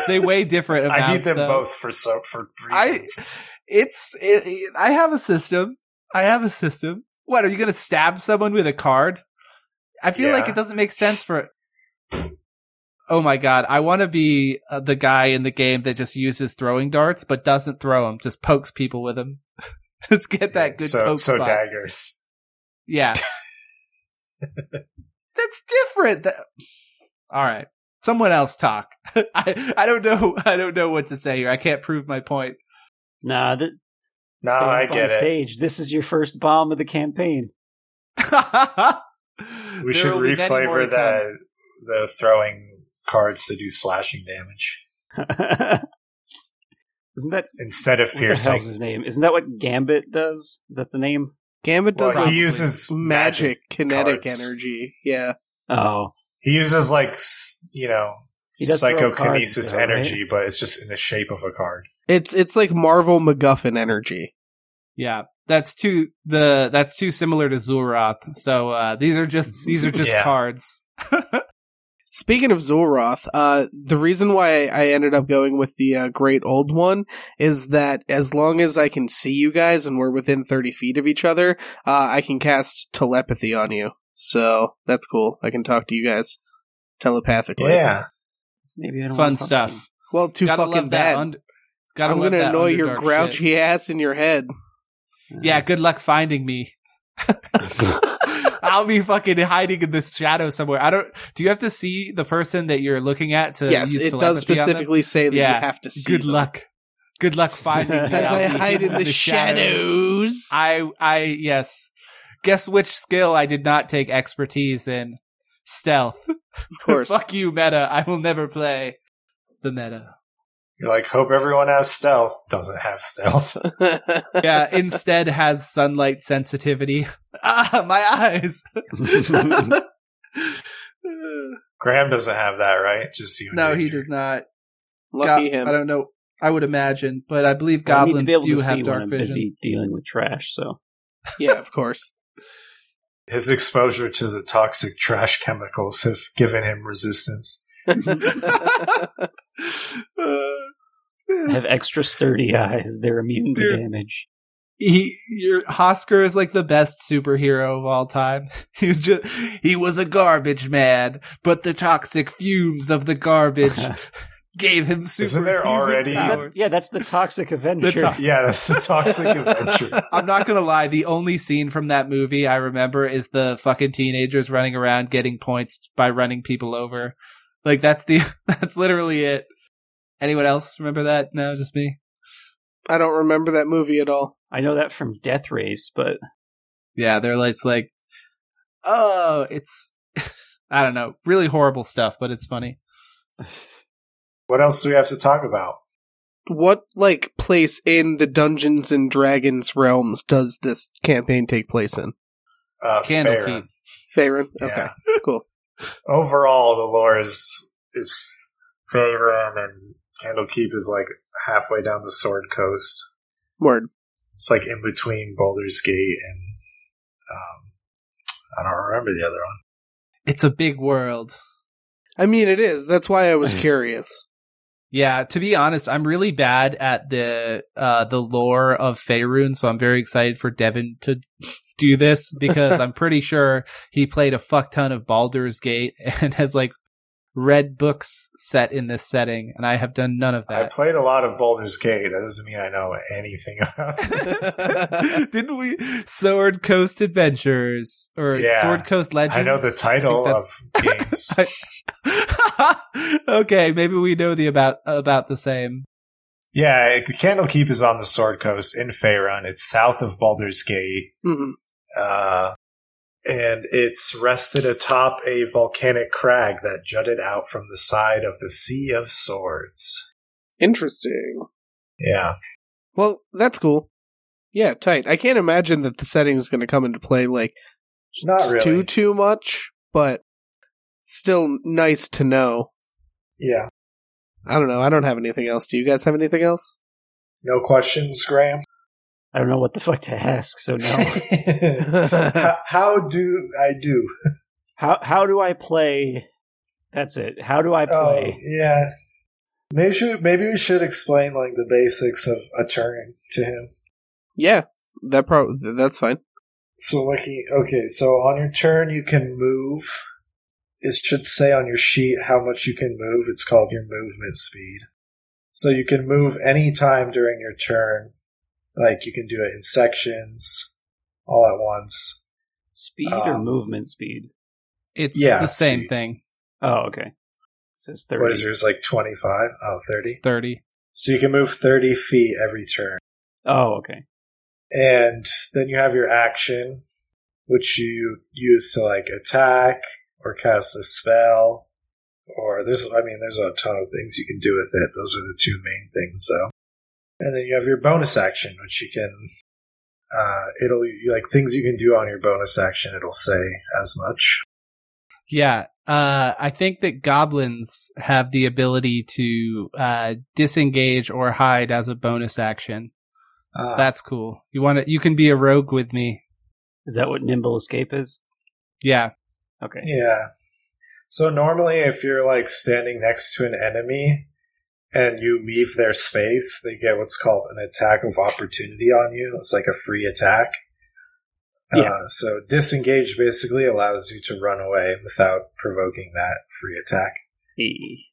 Speaker 2: they weigh different amounts.
Speaker 1: I need them
Speaker 2: though.
Speaker 1: both for so for
Speaker 2: I
Speaker 1: reasons.
Speaker 2: it's it, it- I have a system. I have a system. What are you going to stab someone with a card? I feel like
Speaker 1: Yeah.
Speaker 2: it doesn't make sense for. Oh my god! I want to be uh, the guy in the game that just uses throwing darts but doesn't throw them, just pokes people with them. Let's get that good
Speaker 1: so
Speaker 2: poke
Speaker 1: so
Speaker 2: spot.
Speaker 1: daggers.
Speaker 2: Yeah, that's different. Tha- All right, someone else talk. I I don't know. I don't know what to say here. I can't prove my point.
Speaker 4: Nah, th-
Speaker 1: No,
Speaker 4: stay
Speaker 1: I
Speaker 4: up on
Speaker 1: get it.
Speaker 4: Stage. This is your first bomb of the campaign.
Speaker 1: We
Speaker 2: we
Speaker 1: should reflavor the the throwing cards to do slashing damage
Speaker 4: Isn't that
Speaker 1: instead of
Speaker 4: what the hell's
Speaker 1: piercing.
Speaker 4: his name? Isn't that what Gambit does? Is that the name?
Speaker 3: Gambit does
Speaker 1: Well,
Speaker 2: Probably.
Speaker 1: he uses
Speaker 3: magic, kinetic
Speaker 1: cards.
Speaker 3: energy. Yeah,
Speaker 4: Oh,
Speaker 1: He uses like s- you know
Speaker 4: He does throw cards,
Speaker 1: psychokinesis
Speaker 4: though, right?
Speaker 1: energy, but it's just in the shape of a card.
Speaker 3: it's it's like Marvel MacGuffin energy.
Speaker 2: Yeah, that's too the that's too similar to Zulroth. So uh, these are just these are just
Speaker 1: Yeah.
Speaker 2: cards.
Speaker 3: Speaking of Zulroth, uh, the reason why I ended up going with the uh, Great Old One is that as long as I can see you guys and we're within 30 feet of each other, uh, I can cast telepathy on you. So that's cool. I can talk to you guys telepathically.
Speaker 1: Yeah,
Speaker 4: maybe I don't
Speaker 2: Fun
Speaker 4: wanna talk
Speaker 2: stuff.
Speaker 4: to him.
Speaker 3: Well, too
Speaker 2: Gotta
Speaker 3: fucking
Speaker 2: love that.
Speaker 3: bad.
Speaker 2: und- gotta
Speaker 3: I'm
Speaker 2: love
Speaker 3: going to
Speaker 2: that
Speaker 3: annoy your
Speaker 2: Underdark
Speaker 3: grouchy
Speaker 2: shit.
Speaker 3: ass in your head.
Speaker 2: Yeah, good luck finding me. I'll be fucking hiding in this shadow somewhere. I don't. Do you have to see the person that you're looking at to?
Speaker 3: yes,
Speaker 2: use
Speaker 3: it
Speaker 2: telepathy on
Speaker 3: does
Speaker 2: them?
Speaker 3: specifically say that
Speaker 2: Yeah.
Speaker 3: you have to see
Speaker 2: Good
Speaker 3: them.
Speaker 2: luck. Good luck finding me.
Speaker 3: As
Speaker 4: Yeah,
Speaker 2: I'll
Speaker 3: I
Speaker 2: be
Speaker 3: hide in
Speaker 2: hidden
Speaker 3: the, shadows.
Speaker 2: I I yes. Guess which skill I did not take expertise in? Stealth.
Speaker 3: of course.
Speaker 2: Fuck you, meta. I will never play the meta.
Speaker 1: you're like hope everyone has stealth. Doesn't have stealth.
Speaker 2: Yeah, instead has sunlight sensitivity. Ah, my eyes. no,
Speaker 1: Graham doesn't have that, right? Just you. and
Speaker 2: he
Speaker 1: Xavier.
Speaker 2: does not.
Speaker 3: Lucky
Speaker 2: Go-
Speaker 3: him.
Speaker 2: I don't know. I would imagine, but I believe
Speaker 4: Well, I need to
Speaker 2: goblins
Speaker 4: be able to
Speaker 2: do
Speaker 4: see
Speaker 2: have
Speaker 4: when
Speaker 2: dark
Speaker 4: I'm
Speaker 2: vision.
Speaker 4: busy dealing with trash. So
Speaker 3: Yeah, of course.
Speaker 1: His exposure to the toxic trash chemicals have given him resistance.
Speaker 2: Uh,
Speaker 4: I have extra sturdy eyes. They're immune to
Speaker 2: Dude.
Speaker 4: damage.
Speaker 2: he your Hosker is like the best superhero of all time. He was just he was a garbage man, but the toxic fumes of the garbage gave him super.
Speaker 1: Isn't there already-
Speaker 4: That- yeah, that's the Toxic Avenger.
Speaker 2: to-
Speaker 1: Yeah, that's the toxic adventure.
Speaker 2: I'm not gonna lie, the only scene from that movie I remember is the fucking teenagers running around getting points by running people over. Like that's the that's literally it. Anyone else remember that? No, just me.
Speaker 3: I don't remember that movie at all.
Speaker 4: I know that from Death Race, but
Speaker 2: Yeah, they're like, it's like, oh, it's, I don't know, really horrible stuff, but it's funny.
Speaker 1: What else do we have to talk about?
Speaker 3: What like place in the Dungeons and Dragons realms does this campaign take place in?
Speaker 1: Uh, Faerun.
Speaker 2: Candlekeep.
Speaker 3: Faerun.
Speaker 1: Yeah.
Speaker 3: Okay, cool.
Speaker 1: Overall, the lore is is Faerun and Candlekeep is like halfway down the Sword Coast.
Speaker 3: Word.
Speaker 1: It's like in between Baldur's Gate and um, I don't remember the other one.
Speaker 2: It's a big world.
Speaker 3: I mean, it is. That's why I was curious.
Speaker 2: Yeah, to be honest, I'm really bad at the uh the lore of Faerun, so I'm very excited for Devin to do this because I'm pretty sure he played a fuck ton of Baldur's Gate and has like read books set in this setting, and I have done none of
Speaker 1: I
Speaker 2: that.
Speaker 1: played a lot of Baldur's Gate. That doesn't mean I know anything about it.
Speaker 2: Didn't we Sword Coast Adventures or
Speaker 1: Yeah.
Speaker 2: Sword Coast Legends?
Speaker 1: I know the title
Speaker 2: I
Speaker 1: of games.
Speaker 2: okay, maybe we know the about about the same.
Speaker 1: yeah, it- Candlekeep is on the Sword Coast in Faerun. It's south of Baldur's Gate.
Speaker 3: Mhm.
Speaker 1: Uh, and it's rested atop a volcanic crag that jutted out from the side of the Sea of Swords.
Speaker 3: Interesting.
Speaker 1: Yeah.
Speaker 3: Well, that's cool. Yeah, tight. I can't imagine that the setting is going to come into play like
Speaker 1: Not
Speaker 3: s-
Speaker 1: really.
Speaker 3: too too much, but still nice to know.
Speaker 1: yeah.
Speaker 3: I don't know. I don't have anything else. Do you guys have anything else?
Speaker 1: No questions, Graham?
Speaker 4: I don't know what the fuck to ask. So no.
Speaker 1: how, how do I do?
Speaker 4: how how do I play? That's it. How do I
Speaker 1: Oh,
Speaker 4: play?
Speaker 1: yeah. Maybe, should, maybe we should explain like the basics of a turn to him.
Speaker 3: yeah, that pro th- that's fine.
Speaker 1: So looking, okay, so on your turn you can move. It should say on your sheet how much you can move. It's called your movement speed. So you can move any time during your turn. Like you can do it in sections, all at once.
Speaker 4: Speed or
Speaker 1: Um,
Speaker 4: movement speed?
Speaker 2: It's
Speaker 1: Yeah,
Speaker 2: the same
Speaker 1: sweet.
Speaker 2: thing.
Speaker 4: Oh, okay. It says thirty.
Speaker 1: What is yours like 25? Oh, 30.
Speaker 2: It's Thirty.
Speaker 1: So you can move 30 feet every turn.
Speaker 4: Oh, okay.
Speaker 1: And then you have your action, which you use to like attack or cast a spell. Or there's, I mean, there's a ton of things you can do with it. Those are the two main things, though. And then you have your bonus action, which you can, uh, it'll, like things you can do on your bonus action, it'll say as much.
Speaker 2: Yeah. Uh, I think that goblins have the ability to uh, disengage or hide as a bonus action. So
Speaker 1: Ah.
Speaker 2: that's cool. You want to? You can be a rogue with me.
Speaker 4: Is that what nimble escape is?
Speaker 2: Yeah.
Speaker 4: Okay.
Speaker 1: Yeah. So normally, if you're like standing next to an enemy and you leave their space, they get what's called an attack of opportunity on you. It's like a free attack.
Speaker 4: Yeah.
Speaker 1: Uh, so disengage basically allows you to run away without provoking that free attack.
Speaker 4: E.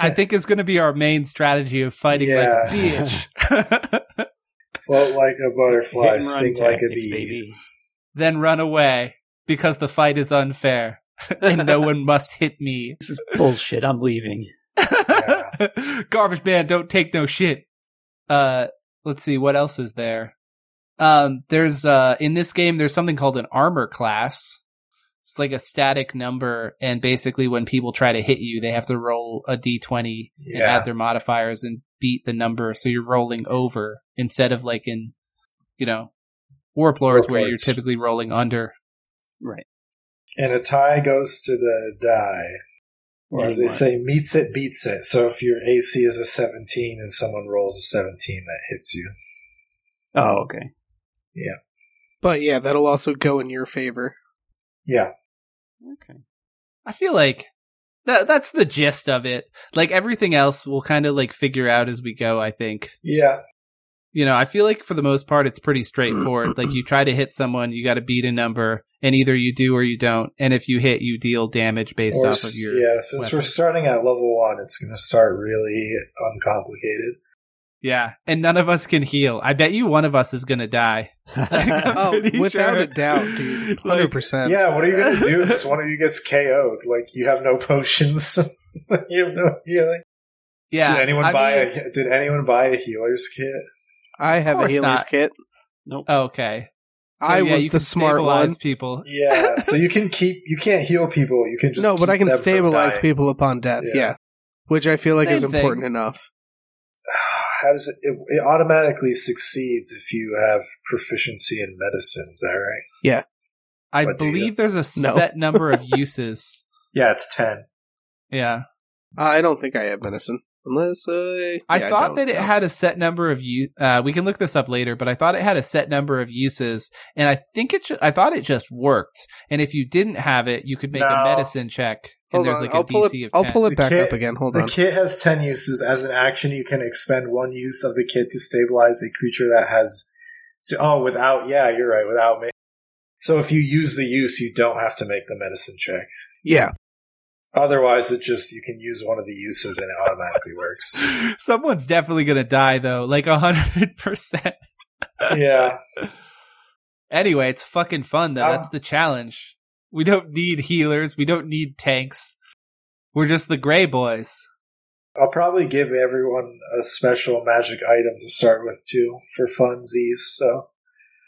Speaker 2: I think is going to be our main strategy of fighting like a
Speaker 4: Yeah.
Speaker 2: bitch.
Speaker 1: Float like a
Speaker 4: Hit
Speaker 1: butterfly,
Speaker 4: and run
Speaker 1: sting like a
Speaker 4: tactics,
Speaker 1: bee.
Speaker 4: baby.
Speaker 2: then run away because the fight is unfair and uh, no one must hit me.
Speaker 4: This is bullshit. I'm leaving.
Speaker 2: Garbage man, don't take no shit. Uh, let's see what else is there. Um, there's uh in this game there's something called an armor class. It's like a static number, and basically when people try to hit you, they have to roll a d20 and
Speaker 1: Yeah.
Speaker 2: add their modifiers and beat the number. So you're rolling over instead of like in, you know, warlords where you're
Speaker 1: Warlords.
Speaker 2: typically rolling under.
Speaker 4: Right.
Speaker 1: And a tie goes to the die. Or as they
Speaker 4: Anymore.
Speaker 1: say, meets it, beats it. So if your AC is a 17 and someone rolls a 17, that hits you.
Speaker 4: Oh, okay.
Speaker 3: But yeah, that'll also go in your favor.
Speaker 1: Yeah.
Speaker 4: Okay.
Speaker 2: I feel like that that's the gist of it. Like everything else we'll kind of like figure out as we go, I think.
Speaker 1: Yeah,
Speaker 2: You know, I feel like for the most part it's pretty straightforward. like you try to hit someone, you got to beat a number, and either you do or you don't. And if you hit, you deal damage based
Speaker 1: or
Speaker 2: off
Speaker 1: s-
Speaker 2: of your
Speaker 1: yeah. Since
Speaker 2: weapon.
Speaker 1: we're starting at level one, it's going to start really uncomplicated.
Speaker 2: Yeah, and none of us can heal. I bet you one of us is going to die. Like, I'm
Speaker 3: Oh,
Speaker 2: pretty
Speaker 3: without
Speaker 2: sure.
Speaker 3: a doubt, dude.
Speaker 2: Like,
Speaker 3: 100%.
Speaker 1: yeah, what are you going to do if one of you gets KO'd? Like you have no potions, you have no healing.
Speaker 2: yeah.
Speaker 1: did anyone
Speaker 2: I
Speaker 1: buy
Speaker 2: mean-
Speaker 1: a Did anyone buy a healer's kit?
Speaker 3: I have a
Speaker 2: course
Speaker 3: healer's
Speaker 2: not.
Speaker 3: kit.
Speaker 2: oh, Okay. So,
Speaker 3: I
Speaker 2: yeah,
Speaker 3: was
Speaker 2: you
Speaker 3: the
Speaker 2: can
Speaker 3: smart
Speaker 2: stabilize
Speaker 3: one.
Speaker 2: people.
Speaker 1: Yeah, so you can keep you can't heal people. You can just
Speaker 3: No, but
Speaker 1: keep
Speaker 3: I can
Speaker 1: them from
Speaker 3: stabilize
Speaker 1: dying.
Speaker 3: people upon death.
Speaker 1: Yeah.
Speaker 3: Yeah. Which I feel like is
Speaker 2: Same thing.
Speaker 3: important enough.
Speaker 1: How does it, it? It automatically succeeds if you have proficiency in medicine. Is that right?
Speaker 2: I
Speaker 1: What do you-
Speaker 2: believe there's a
Speaker 3: No.
Speaker 2: set number of uses.
Speaker 1: Yeah, it's ten.
Speaker 2: Yeah.
Speaker 3: I don't Uh, think I have medicine. Unless I,
Speaker 2: I
Speaker 3: Yeah,
Speaker 2: thought
Speaker 3: don't
Speaker 2: that it
Speaker 3: know.
Speaker 2: had a set number of u. Uh, we can look this up later, but I thought it had a set number of uses, and I think it. Ju- I thought it just worked. And if you didn't have it, you could make
Speaker 1: No.
Speaker 2: a medicine check, and
Speaker 3: Hold
Speaker 2: there's
Speaker 3: on,
Speaker 2: like
Speaker 3: I'll
Speaker 2: a
Speaker 3: pull
Speaker 2: DC
Speaker 3: it.
Speaker 2: of
Speaker 3: I'll
Speaker 2: 10.
Speaker 3: pull it
Speaker 1: The
Speaker 3: back
Speaker 1: kit-
Speaker 3: up again. Hold
Speaker 1: The
Speaker 3: on.
Speaker 1: kit has 10 uses. As an action, you can expend one use of the kit to stabilize a creature that has. So, oh, without. Yeah, you're right. Without me. So if you use the use, you don't have to make the medicine check.
Speaker 3: Yeah,
Speaker 1: Otherwise, it just. You can use one of the uses and it automatically works.
Speaker 2: Someone's definitely gonna die though, like a hundred percent.
Speaker 1: Yeah.
Speaker 2: Anyway, it's fucking fun though.
Speaker 1: Um,
Speaker 2: That's the challenge. We don't need healers. We don't need tanks. We're just the gray boys.
Speaker 1: I'll probably give everyone a special magic item to start with, too, for funsies. So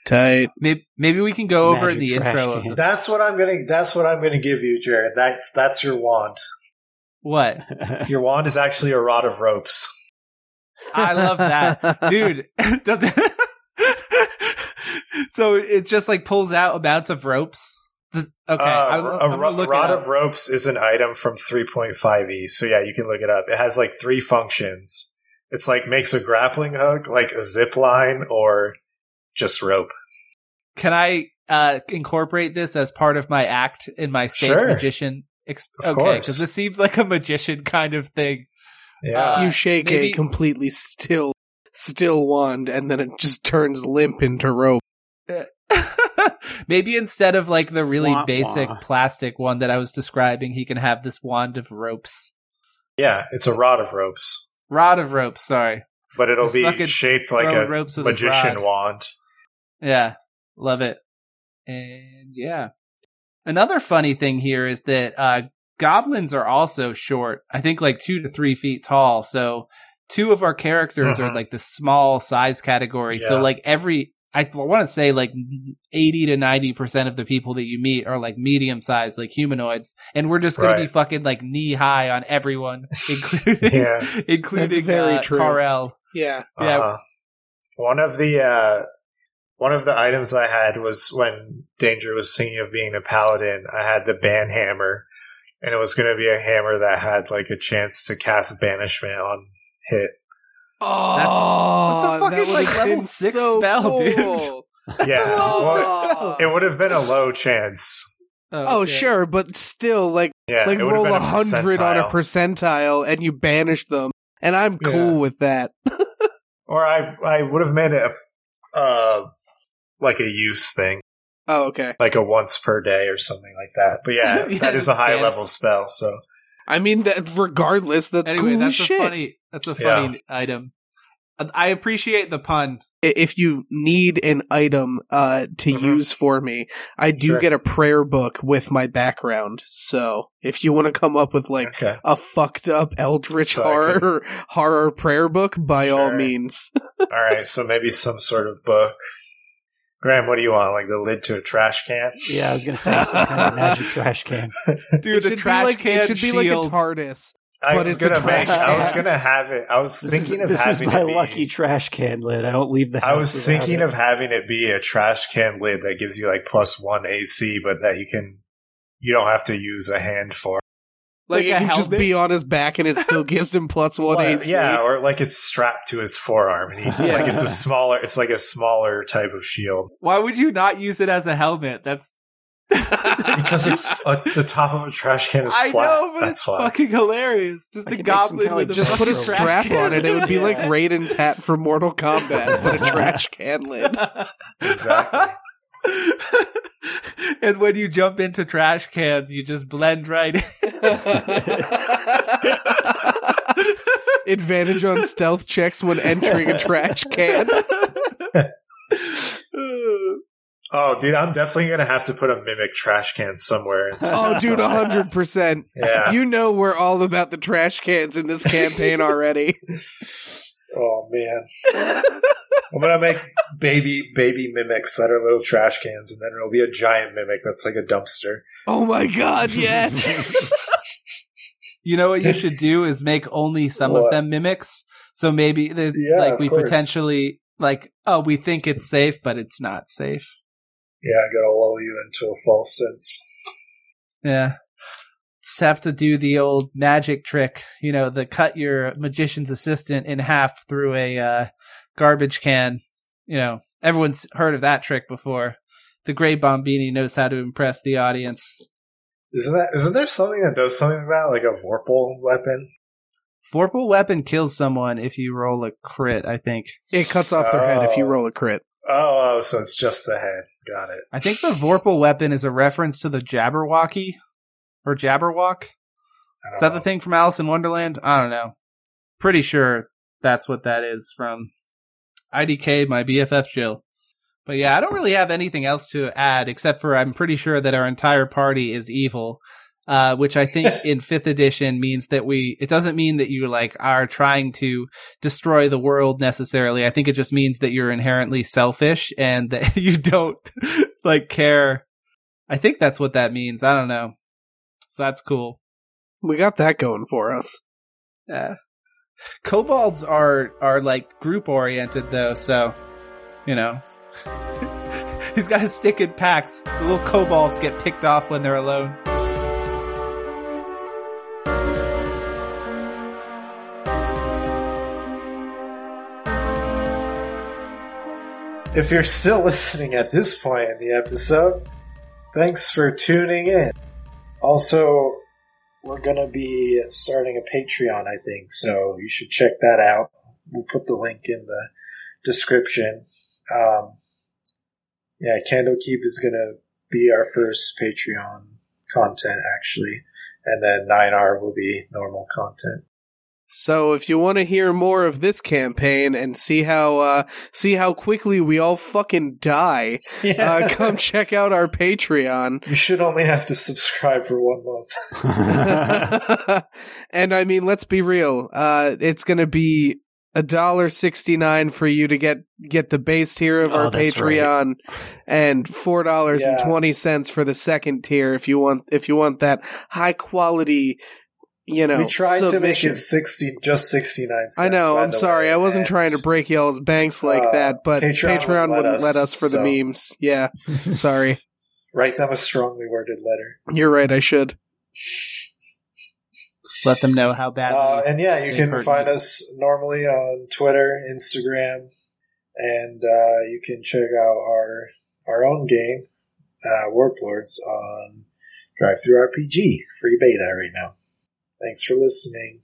Speaker 3: tight.
Speaker 2: Maybe, maybe we can go over in
Speaker 4: Magic
Speaker 2: the
Speaker 4: trash
Speaker 2: intro. Of
Speaker 4: can.
Speaker 2: the-
Speaker 1: that's what I'm gonna. That's what I'm gonna give you, Jared. That's that's your wand.
Speaker 2: what?
Speaker 1: Your wand is actually a rod of ropes.
Speaker 2: I love that. Dude, does it- so it just like pulls out amounts of ropes. Does- Okay,
Speaker 1: Uh,
Speaker 2: I'm,
Speaker 1: ro-
Speaker 2: I'm
Speaker 1: a
Speaker 2: gonna
Speaker 1: ro-
Speaker 2: look it
Speaker 1: rod
Speaker 2: up.
Speaker 1: of ropes is an item from 3.5e. E. So yeah, you can look it up. It has like three functions. It's like makes a grappling hook, like a zip line, or just rope.
Speaker 2: Can I uh, incorporate this as part of my act in my stage
Speaker 1: Sure.
Speaker 2: magician? Ex-
Speaker 1: Of
Speaker 2: okay,
Speaker 1: course.
Speaker 2: because this seems like a magician kind of thing.
Speaker 1: Yeah.
Speaker 2: Uh,
Speaker 3: you shake
Speaker 2: maybe-
Speaker 3: a completely still, still wand, and then it just turns limp into rope.
Speaker 2: Maybe instead of like the really
Speaker 4: Wah,
Speaker 2: basic
Speaker 4: wah.
Speaker 2: plastic one that I was describing, he can have this wand of ropes,
Speaker 1: yeah, it's a rod of ropes,
Speaker 2: rod of ropes. Sorry,
Speaker 1: but it'll
Speaker 2: Just
Speaker 1: be
Speaker 2: fucking
Speaker 1: shaped like
Speaker 2: throwing
Speaker 1: a
Speaker 2: ropes with his
Speaker 1: magician
Speaker 2: rod.
Speaker 1: wand.
Speaker 2: Yeah, love it. And yeah, another funny thing here is that uh, goblins are also short. I think like two to three feet tall. So two of our characters are
Speaker 1: Mhm.
Speaker 2: like the small size category. So
Speaker 1: Yeah.
Speaker 2: like every, I want to say like eighty to ninety percent of the people that you meet are like medium sized, like humanoids, and we're just gonna be
Speaker 1: Right.
Speaker 2: fucking like knee high on everyone, including
Speaker 1: Yeah.
Speaker 2: including
Speaker 3: very
Speaker 2: uh,
Speaker 3: true.
Speaker 2: Carl.
Speaker 3: Yeah.
Speaker 2: Yeah.
Speaker 1: Uh-huh. One of the uh, one of the items I had was when Danger was singing of being a paladin. I had the ban hammer, and it was going to be a hammer that had like a chance to cast banishment on hit.
Speaker 2: that's a
Speaker 3: that
Speaker 2: fucking,
Speaker 3: would've
Speaker 2: like, level
Speaker 3: been
Speaker 2: six spell, dude.
Speaker 1: yeah,
Speaker 2: level
Speaker 1: Well,
Speaker 2: six spell.
Speaker 1: it would have been a low chance.
Speaker 3: Oh,
Speaker 2: shit.
Speaker 3: sure, but still, like,
Speaker 1: Yeah,
Speaker 3: like
Speaker 1: it would have
Speaker 3: roll
Speaker 1: been
Speaker 3: a hundred on a
Speaker 1: percentile.
Speaker 3: percentile, and you banish them, and I'm
Speaker 1: Yeah.
Speaker 3: cool with that.
Speaker 1: or I I would have made it a, uh like a use thing,
Speaker 3: Oh, okay.
Speaker 1: like a once per day or something like that. But yeah,
Speaker 2: Yeah,
Speaker 1: that is a
Speaker 2: just
Speaker 1: high
Speaker 2: ban-
Speaker 1: level spell, so
Speaker 3: I mean, that regardless, that's
Speaker 2: anyway,
Speaker 3: cool
Speaker 2: that's
Speaker 3: as
Speaker 2: a
Speaker 3: shit.
Speaker 2: funny. That's a
Speaker 1: Yeah.
Speaker 2: funny item. I- I appreciate the pun.
Speaker 3: I- if you need an item uh, to
Speaker 1: Mhm.
Speaker 3: use for me, I do
Speaker 1: Sure.
Speaker 3: get a prayer book with my background. So if you want to come up with like
Speaker 1: okay.
Speaker 3: a fucked up eldritch
Speaker 1: So I
Speaker 3: horror horror prayer book, by all
Speaker 1: Sure.
Speaker 3: means,
Speaker 1: All right, so maybe some sort of book. Graham, what do you want? Like the lid to a trash can?
Speaker 4: yeah, I was gonna say some kind of magic trash can.
Speaker 2: Dude,
Speaker 3: should
Speaker 2: the
Speaker 3: be
Speaker 2: trash
Speaker 3: like,
Speaker 2: can
Speaker 3: it should
Speaker 2: shield.
Speaker 3: be like a TARDIS.
Speaker 1: I
Speaker 3: But
Speaker 1: was
Speaker 3: it's a
Speaker 1: gonna
Speaker 3: trash
Speaker 1: make. I was
Speaker 3: can.
Speaker 1: gonna have it. I was
Speaker 4: This
Speaker 1: thinking
Speaker 4: is,
Speaker 1: of
Speaker 4: this is
Speaker 1: having
Speaker 4: my
Speaker 1: it be,
Speaker 4: lucky trash can lid. I don't leave the house.
Speaker 1: I was
Speaker 4: without
Speaker 1: thinking
Speaker 4: it.
Speaker 1: of having it be a trash can lid that gives you like plus one AC, but that you can you don't have to use a hand for.
Speaker 3: Like,
Speaker 2: Like
Speaker 3: it
Speaker 2: a
Speaker 3: can just
Speaker 2: helmet?
Speaker 3: be on his back, and it still gives him plus one
Speaker 1: Well,
Speaker 3: AC.
Speaker 1: Yeah, or like it's strapped to his forearm, and he,
Speaker 3: Yeah.
Speaker 1: like it's a smaller. It's like a smaller type of shield
Speaker 2: Why would you not use it as a helmet? That's
Speaker 1: because it's uh, the top of a trash can is
Speaker 2: I
Speaker 1: flat.
Speaker 2: know, but
Speaker 1: That's
Speaker 2: it's
Speaker 1: why.
Speaker 2: fucking hilarious. Just
Speaker 4: I
Speaker 2: a
Speaker 4: could make some
Speaker 2: goblin
Speaker 4: kinda, like,
Speaker 2: with a
Speaker 3: Just put a
Speaker 2: fucking trash
Speaker 3: strap
Speaker 2: can.
Speaker 3: on it. It would be like
Speaker 2: Yeah.
Speaker 3: Raiden's hat from Mortal Kombat, but a trash can lid.
Speaker 1: Exactly.
Speaker 2: and when you jump into trash cans, you just blend right in.
Speaker 3: Advantage on stealth checks when entering a trash can.
Speaker 1: Oh, dude, I'm definitely gonna have to put a mimic trash can somewhere. It's-
Speaker 3: Oh, dude, a hundred percent.
Speaker 1: Yeah.
Speaker 3: You know we're all about the trash cans in this campaign already.
Speaker 1: Oh man. I'm gonna make baby baby mimics that are little trash cans, and then it'll be a giant mimic that's like a dumpster.
Speaker 3: Oh my god, yes.
Speaker 2: You know what you should do is make only some
Speaker 1: What?
Speaker 2: of them mimics. So maybe there's
Speaker 1: Yeah,
Speaker 2: like
Speaker 1: of
Speaker 2: we
Speaker 1: course.
Speaker 2: potentially like oh we think it's safe but it's not safe.
Speaker 1: Yeah, I gotta lull you into a false sense.
Speaker 2: Yeah. just have to do the old magic trick, you know, the cut your magician's assistant in half through a uh, garbage can. You know, everyone's heard of that trick before. The Grey Bombini knows how to impress the audience.
Speaker 1: Isn't that? Isn't there something that does something like that, like a vorpal weapon?
Speaker 2: Vorpal weapon kills someone if you roll a crit, I think.
Speaker 3: It cuts off their head if you
Speaker 1: Oh.
Speaker 3: roll a crit.
Speaker 1: Oh, oh, so it's just the head. Got it.
Speaker 2: I think the Vorpal weapon is a reference to the Jabberwocky or Jabberwock.
Speaker 1: I
Speaker 2: Is
Speaker 1: don't
Speaker 2: that
Speaker 1: know.
Speaker 2: the thing from Alice in Wonderland? I don't know. Pretty sure that's what that is from IDK, my BFF Jill. But yeah, I don't really have anything else to add except for I'm pretty sure that our entire party is evil, uh, which I think in fifth edition means that we, it doesn't mean that you like are trying to destroy the world necessarily. I think it just means that you're inherently selfish and that you don't like care. I think that's what that means. I don't know. So that's cool.
Speaker 3: We got that going for us.
Speaker 2: Yeah. Uh, Kobolds are are like group oriented though, so you know. He's got to stick in packs. The little kobolds get picked off when they're alone.
Speaker 1: If you're still listening at this point in the episode, thanks for tuning in. Also, we're going to be starting a Patreon, I think, so you should check that out. We'll put the link in the description. Um, yeah, Candlekeep is going to be our first Patreon content, actually, and then 9R will be normal content.
Speaker 3: So if you want to hear more of this campaign and see how uh, see how quickly we all fucking die, uh, come check out our Patreon.
Speaker 1: you should only have to subscribe for one month.
Speaker 3: and I mean, let's be real. Uh, it's going to be a dollar sixty nine for you to get get the base tier of
Speaker 4: Oh,
Speaker 3: our
Speaker 4: that's right.
Speaker 3: Patreon, and four dollars twenty for the second tier if you want if you want that high quality. You know,
Speaker 1: we tried to make
Speaker 3: submission.
Speaker 1: it sixty, just sixty nine.
Speaker 3: I know. I'm sorry. I wasn't trying to break y'all's banks like
Speaker 1: uh,
Speaker 3: that, but Patreon,
Speaker 1: Patreon wouldn't let
Speaker 3: wouldn't
Speaker 1: us,
Speaker 3: let us for
Speaker 1: so-
Speaker 3: the memes. Yeah, sorry.
Speaker 1: Write them a strongly worded letter.
Speaker 3: You're right. I should.
Speaker 2: Let them know how badly.
Speaker 1: Uh, and yeah, you
Speaker 2: They've
Speaker 1: can
Speaker 2: heard
Speaker 1: find
Speaker 2: me.
Speaker 1: us normally on Twitter, Instagram, and uh, you can check out our our own game, uh, Warplords, on Drive Through RPG free beta right now. Thanks for listening.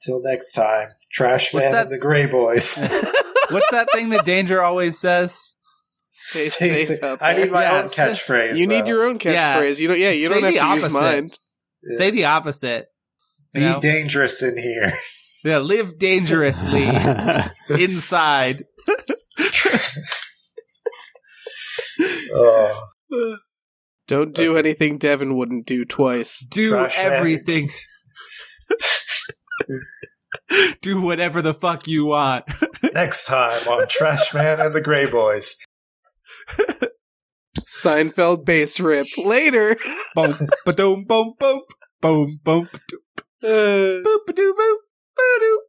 Speaker 1: Till next time, Trash
Speaker 2: What's
Speaker 1: Man
Speaker 2: that-
Speaker 1: and the Grey Boys.
Speaker 2: What's that thing that Danger always says?
Speaker 3: Stay safe out
Speaker 1: I need my
Speaker 2: there.
Speaker 1: own
Speaker 2: Yeah, say-
Speaker 1: catchphrase.
Speaker 3: You need
Speaker 1: though.
Speaker 3: your own
Speaker 2: Yeah.
Speaker 3: catchphrase. You don't. Yeah, you
Speaker 2: Say
Speaker 3: don't
Speaker 2: the
Speaker 3: have to use
Speaker 2: opposite.
Speaker 3: mine.
Speaker 1: Yeah.
Speaker 2: Say the opposite.
Speaker 1: be
Speaker 2: You know?
Speaker 1: dangerous in here.
Speaker 2: yeah, live dangerously inside.
Speaker 1: Oh.
Speaker 3: Don't do
Speaker 1: Okay.
Speaker 3: anything Devin wouldn't do twice.
Speaker 2: Do
Speaker 1: Trash man.
Speaker 2: everything. Do whatever the fuck you want.
Speaker 1: Next time on Trash Man and the Grey Boys.
Speaker 3: Seinfeld bass rip later.
Speaker 2: boom, ba-doom, boom, boom, boom, boom,
Speaker 3: Uh,
Speaker 2: boop, ba-doo, boop, ba-doo.